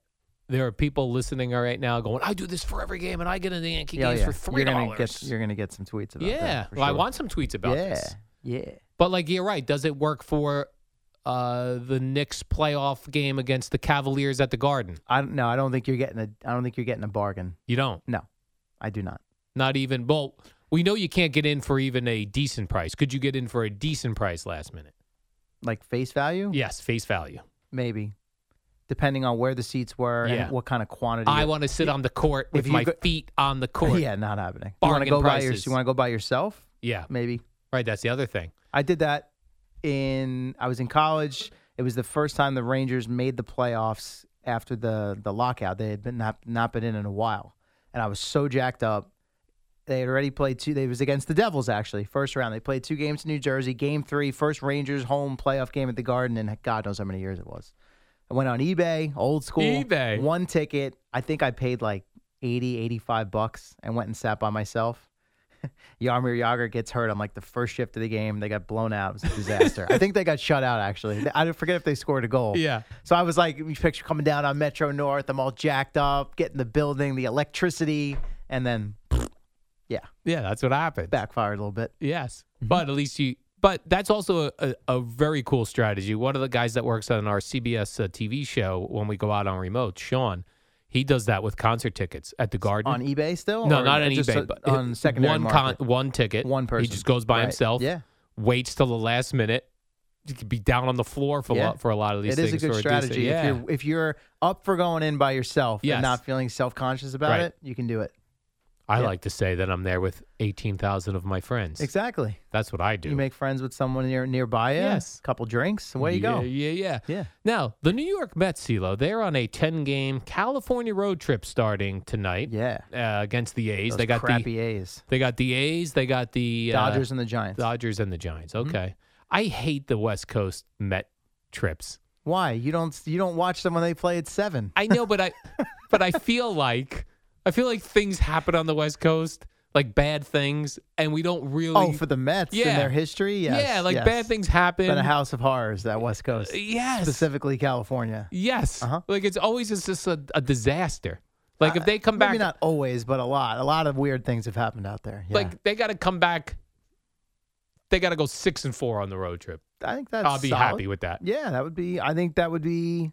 [SPEAKER 3] there are people listening right now going, "I do this for every game, and I get in the Yankee games for three
[SPEAKER 4] oh, You're gonna get
[SPEAKER 3] dollars."
[SPEAKER 4] you're gonna get some tweets about that.
[SPEAKER 3] Yeah.
[SPEAKER 4] for
[SPEAKER 3] Well, I
[SPEAKER 4] sure.
[SPEAKER 3] want some tweets about
[SPEAKER 4] yeah.
[SPEAKER 3] this.
[SPEAKER 4] Yeah.
[SPEAKER 3] But like you're right. Does it work for uh, the Knicks playoff game against the Cavaliers at the Garden?
[SPEAKER 4] I don't no, I don't think you're getting a I don't think you're getting a bargain.
[SPEAKER 3] You don't.
[SPEAKER 4] No. I do not.
[SPEAKER 3] Not even. Well, we know you can't get in for even a decent price. Could you get in for a decent price last minute?
[SPEAKER 4] Like face value?
[SPEAKER 3] Yes, face value.
[SPEAKER 4] Maybe. Depending on where the seats were
[SPEAKER 3] Yeah.
[SPEAKER 4] and what kind of quantity.
[SPEAKER 3] I
[SPEAKER 4] of-
[SPEAKER 3] want to sit on the court with
[SPEAKER 4] you
[SPEAKER 3] my
[SPEAKER 4] go-
[SPEAKER 3] feet on the court.
[SPEAKER 4] [LAUGHS] Yeah, not happening. you want
[SPEAKER 3] Bargain
[SPEAKER 4] to go by your,
[SPEAKER 3] prices.
[SPEAKER 4] you want to go by yourself?
[SPEAKER 3] Yeah.
[SPEAKER 4] Maybe.
[SPEAKER 3] Right. That's the other thing.
[SPEAKER 4] I did that in I was in college. It was the first time the Rangers made the playoffs after the the lockout. They had been not not been in in a while, and I was so jacked up. They had already played two. They was against the Devils actually. First round, they played two games in New Jersey. Game three, first Rangers home playoff game at the Garden, and God knows how many years it was. I went on eBay, old school.
[SPEAKER 3] eBay.
[SPEAKER 4] One ticket. I think I paid like 80, 85 bucks and went and sat by myself. Yarmir Yager gets hurt on like the first shift of the game. They got blown out. It was a disaster. I think they got shut out actually. I forget if they scored a goal.
[SPEAKER 3] Yeah.
[SPEAKER 4] So I was like, you picture coming down on Metro North. I'm all jacked up, getting the building, the electricity, and then
[SPEAKER 3] Yeah. That's what happened.
[SPEAKER 4] backfired a little bit.
[SPEAKER 3] Yes.
[SPEAKER 4] Mm-hmm.
[SPEAKER 3] But at least you. But that's also a, a, a very cool strategy. One of the guys that works on our CBS uh, TV show when we go out on remote, Sean, he does that with concert tickets at the Garden.
[SPEAKER 4] On eBay still?
[SPEAKER 3] no,
[SPEAKER 4] Or
[SPEAKER 3] not on
[SPEAKER 4] just
[SPEAKER 3] eBay,
[SPEAKER 4] a-
[SPEAKER 3] but
[SPEAKER 4] on secondary
[SPEAKER 3] one
[SPEAKER 4] market?
[SPEAKER 3] one ticket.
[SPEAKER 4] One
[SPEAKER 3] He
[SPEAKER 4] person.
[SPEAKER 3] just goes by
[SPEAKER 4] Right.
[SPEAKER 3] himself.
[SPEAKER 4] Yeah.
[SPEAKER 3] Waits till the last minute. He could be down on the floor for a
[SPEAKER 4] Yeah.
[SPEAKER 3] lot, for a lot of these
[SPEAKER 4] It is
[SPEAKER 3] things.
[SPEAKER 4] a good
[SPEAKER 3] or decent-
[SPEAKER 4] strategy.
[SPEAKER 3] yeah.
[SPEAKER 4] If you're if you're up for going in by yourself
[SPEAKER 3] Yes.
[SPEAKER 4] and not feeling self conscious about
[SPEAKER 3] Right.
[SPEAKER 4] it, you can do it.
[SPEAKER 3] I
[SPEAKER 4] yeah.
[SPEAKER 3] like to say that I'm there with eighteen thousand of my friends.
[SPEAKER 4] Exactly.
[SPEAKER 3] That's what I do.
[SPEAKER 4] You make friends with someone near nearby. you,
[SPEAKER 3] Yes.
[SPEAKER 4] Couple drinks. and Away you
[SPEAKER 3] yeah,
[SPEAKER 4] go.
[SPEAKER 3] Yeah, yeah.
[SPEAKER 4] Yeah.
[SPEAKER 3] Now, the New York Mets, CeeLo, they're on a 10 game California road trip starting tonight
[SPEAKER 4] Yeah.
[SPEAKER 3] uh, against the A's.
[SPEAKER 4] Those
[SPEAKER 3] they got
[SPEAKER 4] crappy
[SPEAKER 3] the
[SPEAKER 4] A's.
[SPEAKER 3] They got the A's, they got the uh,
[SPEAKER 4] Dodgers Mm-hmm. and the Giants.
[SPEAKER 3] Dodgers and the Giants. Okay. I hate the West Coast Met trips.
[SPEAKER 4] Why? You don't you don't watch them when they play at seven.
[SPEAKER 3] I know,
[SPEAKER 4] [LAUGHS]
[SPEAKER 3] but I but I feel like I feel like things happen on the West Coast, like bad things, and we don't really
[SPEAKER 4] Oh, for the Mets
[SPEAKER 3] Yeah.
[SPEAKER 4] and their history? Yes,
[SPEAKER 3] Yeah, like
[SPEAKER 4] yes.
[SPEAKER 3] bad things happen.
[SPEAKER 4] It's Been a house of horrors, that West Coast.
[SPEAKER 3] yes.
[SPEAKER 4] Specifically California.
[SPEAKER 3] Yes.
[SPEAKER 4] Uh-huh. Uh,
[SPEAKER 3] Like it's always it's just a, a disaster. Like if they come
[SPEAKER 4] Maybe
[SPEAKER 3] back
[SPEAKER 4] not always, but a lot. A lot of weird things have happened out there. Yeah.
[SPEAKER 3] Like they got to come back. They got to go six and four on the road trip.
[SPEAKER 4] I think that's
[SPEAKER 3] I'll be
[SPEAKER 4] solid.
[SPEAKER 3] happy with that.
[SPEAKER 4] Yeah, that would be. I think that would be.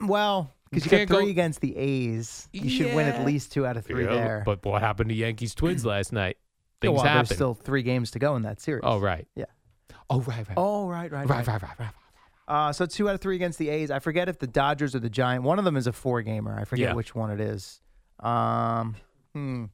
[SPEAKER 4] Well, because you,
[SPEAKER 3] You can't
[SPEAKER 4] got
[SPEAKER 3] go-
[SPEAKER 4] three against the A's, you should win at
[SPEAKER 3] Yeah.
[SPEAKER 4] least two out of three
[SPEAKER 3] Yeah,
[SPEAKER 4] there.
[SPEAKER 3] But what happened to Yankees
[SPEAKER 4] [CLEARS THROAT]
[SPEAKER 3] Twins last night?
[SPEAKER 4] Yeah,
[SPEAKER 3] Things
[SPEAKER 4] well,
[SPEAKER 3] happen.
[SPEAKER 4] There's still three games to go in that series.
[SPEAKER 3] oh right.
[SPEAKER 4] Yeah.
[SPEAKER 3] Oh right right.
[SPEAKER 4] Oh, right, right,
[SPEAKER 3] right, right right right right.
[SPEAKER 4] Uh, so two out of three against the A's. I forget if the Dodgers or the Giant. One of them is a four gamer. I forget
[SPEAKER 3] Yeah.
[SPEAKER 4] which one it is. Um, hmm.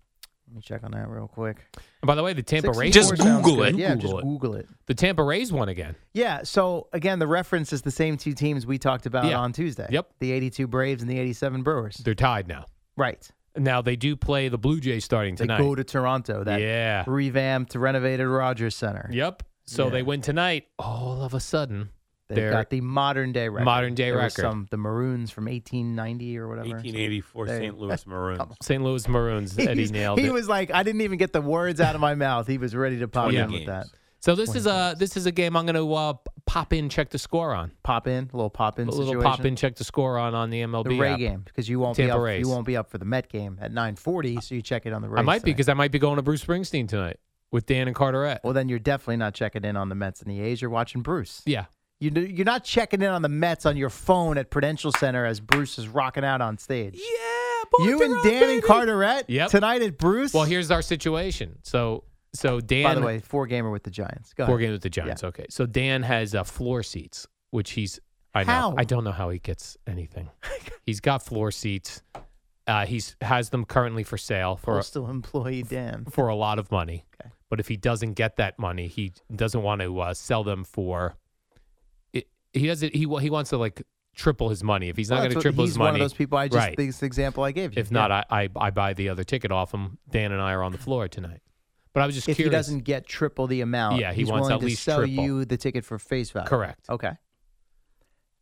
[SPEAKER 4] Let me check on that real quick.
[SPEAKER 3] And by the way, the Tampa
[SPEAKER 4] Six and
[SPEAKER 3] Rays
[SPEAKER 4] four sounds good. Yeah,
[SPEAKER 3] Google
[SPEAKER 4] just
[SPEAKER 3] it.
[SPEAKER 4] Google it.
[SPEAKER 3] The Tampa Rays won again.
[SPEAKER 4] Yeah. So again, the reference is the same two teams we talked about
[SPEAKER 3] Yeah.
[SPEAKER 4] on Tuesday.
[SPEAKER 3] Yep.
[SPEAKER 4] The '82 Braves and the '87 Brewers.
[SPEAKER 3] They're tied now.
[SPEAKER 4] Right.
[SPEAKER 3] Now they do play the Blue Jays starting
[SPEAKER 4] They
[SPEAKER 3] tonight.
[SPEAKER 4] go to Toronto. That
[SPEAKER 3] yeah.
[SPEAKER 4] revamped, renovated Rogers Center.
[SPEAKER 3] Yep. So
[SPEAKER 4] Yeah.
[SPEAKER 3] they win tonight. All of a sudden,
[SPEAKER 4] They've
[SPEAKER 3] They're-
[SPEAKER 4] got the modern day record.
[SPEAKER 3] Modern day
[SPEAKER 4] There was
[SPEAKER 3] record.
[SPEAKER 4] Some the Maroons from 1890 or whatever.
[SPEAKER 5] 1884
[SPEAKER 4] There you
[SPEAKER 5] St. Louis Maroons.
[SPEAKER 3] St. Louis
[SPEAKER 4] [LAUGHS]
[SPEAKER 3] Maroons. Eddie
[SPEAKER 4] He's-
[SPEAKER 3] nailed
[SPEAKER 4] he
[SPEAKER 3] it.
[SPEAKER 4] was like, I didn't even get the words out of my mouth. He was ready to pop
[SPEAKER 3] Yeah.
[SPEAKER 4] in with that.
[SPEAKER 3] So this is a this is a game I'm going to uh, p- pop in check the score on.
[SPEAKER 4] Pop in, little pop in
[SPEAKER 3] a little
[SPEAKER 4] situation.
[SPEAKER 3] pop in check the score on on the MLB
[SPEAKER 4] The Ray
[SPEAKER 3] app.
[SPEAKER 4] game because you won't
[SPEAKER 3] Tampa
[SPEAKER 4] be up,
[SPEAKER 3] Rays.
[SPEAKER 4] you won't be up for the Met game at 9:40, so you check it on the Rays.
[SPEAKER 3] I might be
[SPEAKER 4] tonight.
[SPEAKER 3] because I might be going to Bruce Springsteen tonight with Dan and Carteret.
[SPEAKER 4] well, then you're definitely not checking in on the Mets and the A's. You're watching Bruce.
[SPEAKER 3] yeah,
[SPEAKER 4] You do- you're not checking in on the Mets on your phone at Prudential Center as Bruce is rocking out on stage.
[SPEAKER 3] yeah.
[SPEAKER 4] you and Dan and Carteret
[SPEAKER 3] Yep.
[SPEAKER 4] tonight at Bruce.
[SPEAKER 3] Well, here's our situation. So so Dan
[SPEAKER 4] By the way, four gamer with the Giants. Go
[SPEAKER 3] four
[SPEAKER 4] ahead.
[SPEAKER 3] games with the Giants. Okay, so Dan has uh, floor seats, which he's I know
[SPEAKER 4] How?
[SPEAKER 3] I don't know how he gets anything. he's got floor seats. Uh, he's has them currently for sale for
[SPEAKER 4] Postal employee Dan.
[SPEAKER 3] for a lot of money. But if he doesn't get that money, he doesn't want to uh, sell them for. It, he doesn't. He wa- he wants to like triple his money. If he's not
[SPEAKER 4] Well,
[SPEAKER 3] going
[SPEAKER 4] that's
[SPEAKER 3] to
[SPEAKER 4] what-
[SPEAKER 3] triple
[SPEAKER 4] he's
[SPEAKER 3] his money,
[SPEAKER 4] one of those people. I just
[SPEAKER 3] right.
[SPEAKER 4] this example I gave you.
[SPEAKER 3] If not, I, I I buy the other ticket off him. Dan and I are on the floor tonight. But I was just
[SPEAKER 4] if he
[SPEAKER 3] curious.
[SPEAKER 4] doesn't get triple the amount,
[SPEAKER 3] Yeah, he
[SPEAKER 4] he's
[SPEAKER 3] wants
[SPEAKER 4] willing
[SPEAKER 3] at
[SPEAKER 4] to
[SPEAKER 3] least
[SPEAKER 4] sell
[SPEAKER 3] triple.
[SPEAKER 4] you the ticket for face value.
[SPEAKER 3] Correct.
[SPEAKER 4] Okay.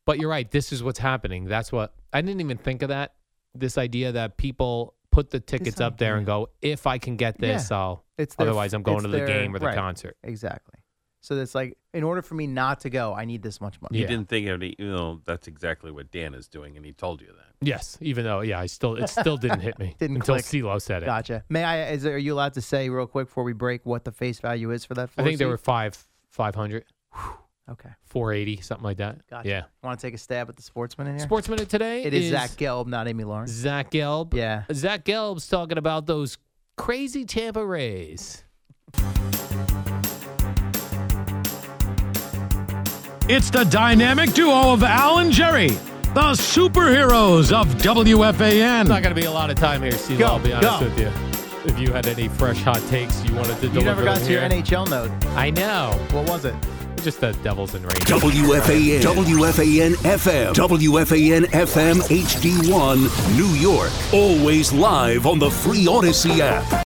[SPEAKER 3] But you're right. This is what's happening. That's what I didn't even think of that. This idea that people put the tickets up there and go, if I can get this,
[SPEAKER 4] Yeah.
[SPEAKER 3] I'll.
[SPEAKER 4] It's their-
[SPEAKER 3] otherwise I'm
[SPEAKER 4] it's
[SPEAKER 3] going to the
[SPEAKER 4] their-
[SPEAKER 3] game or the
[SPEAKER 4] right,
[SPEAKER 3] concert.
[SPEAKER 4] Exactly. So it's like, in order for me not to go, I need this much money.
[SPEAKER 3] Yeah.
[SPEAKER 5] You didn't think of it, you know, that's exactly what Dan is doing, and he told you that.
[SPEAKER 3] Yes, even though yeah, I still it still didn't hit me
[SPEAKER 4] [LAUGHS] Didn't
[SPEAKER 3] until
[SPEAKER 4] click.
[SPEAKER 3] CeeLo said it.
[SPEAKER 4] Gotcha. May I? Is there, are you allowed to say real quick before we break what the face value is for that?
[SPEAKER 3] I
[SPEAKER 4] Floor
[SPEAKER 3] think there were
[SPEAKER 4] seat?
[SPEAKER 3] five, 500,
[SPEAKER 4] Okay.
[SPEAKER 3] 480, something like that.
[SPEAKER 4] Gotcha.
[SPEAKER 3] Yeah.
[SPEAKER 4] Want to take a stab at the sportsman in here?
[SPEAKER 3] Sports Minute today.
[SPEAKER 4] it is, Zach Gelb, not Amy Lawrence.
[SPEAKER 3] Zach Gelb.
[SPEAKER 4] Yeah.
[SPEAKER 3] Zach Gelb's talking about those crazy Tampa Rays.
[SPEAKER 2] It's the dynamic duo of Al and Jerry, the superheroes of WFAN.
[SPEAKER 3] Not going to be a lot of time here, CeeLo,
[SPEAKER 4] Go,
[SPEAKER 3] I'll be honest
[SPEAKER 4] go.
[SPEAKER 3] with you. If you had any fresh hot takes you wanted to
[SPEAKER 4] You never
[SPEAKER 3] deliver
[SPEAKER 4] got
[SPEAKER 3] them
[SPEAKER 4] to
[SPEAKER 3] here,
[SPEAKER 4] your NHL note.
[SPEAKER 3] I know.
[SPEAKER 4] What was it?
[SPEAKER 3] Just the Devils and Rangers.
[SPEAKER 1] WFAN, WFAN FM, WFAN FM HD1, New York. Always live on the free Odyssey app.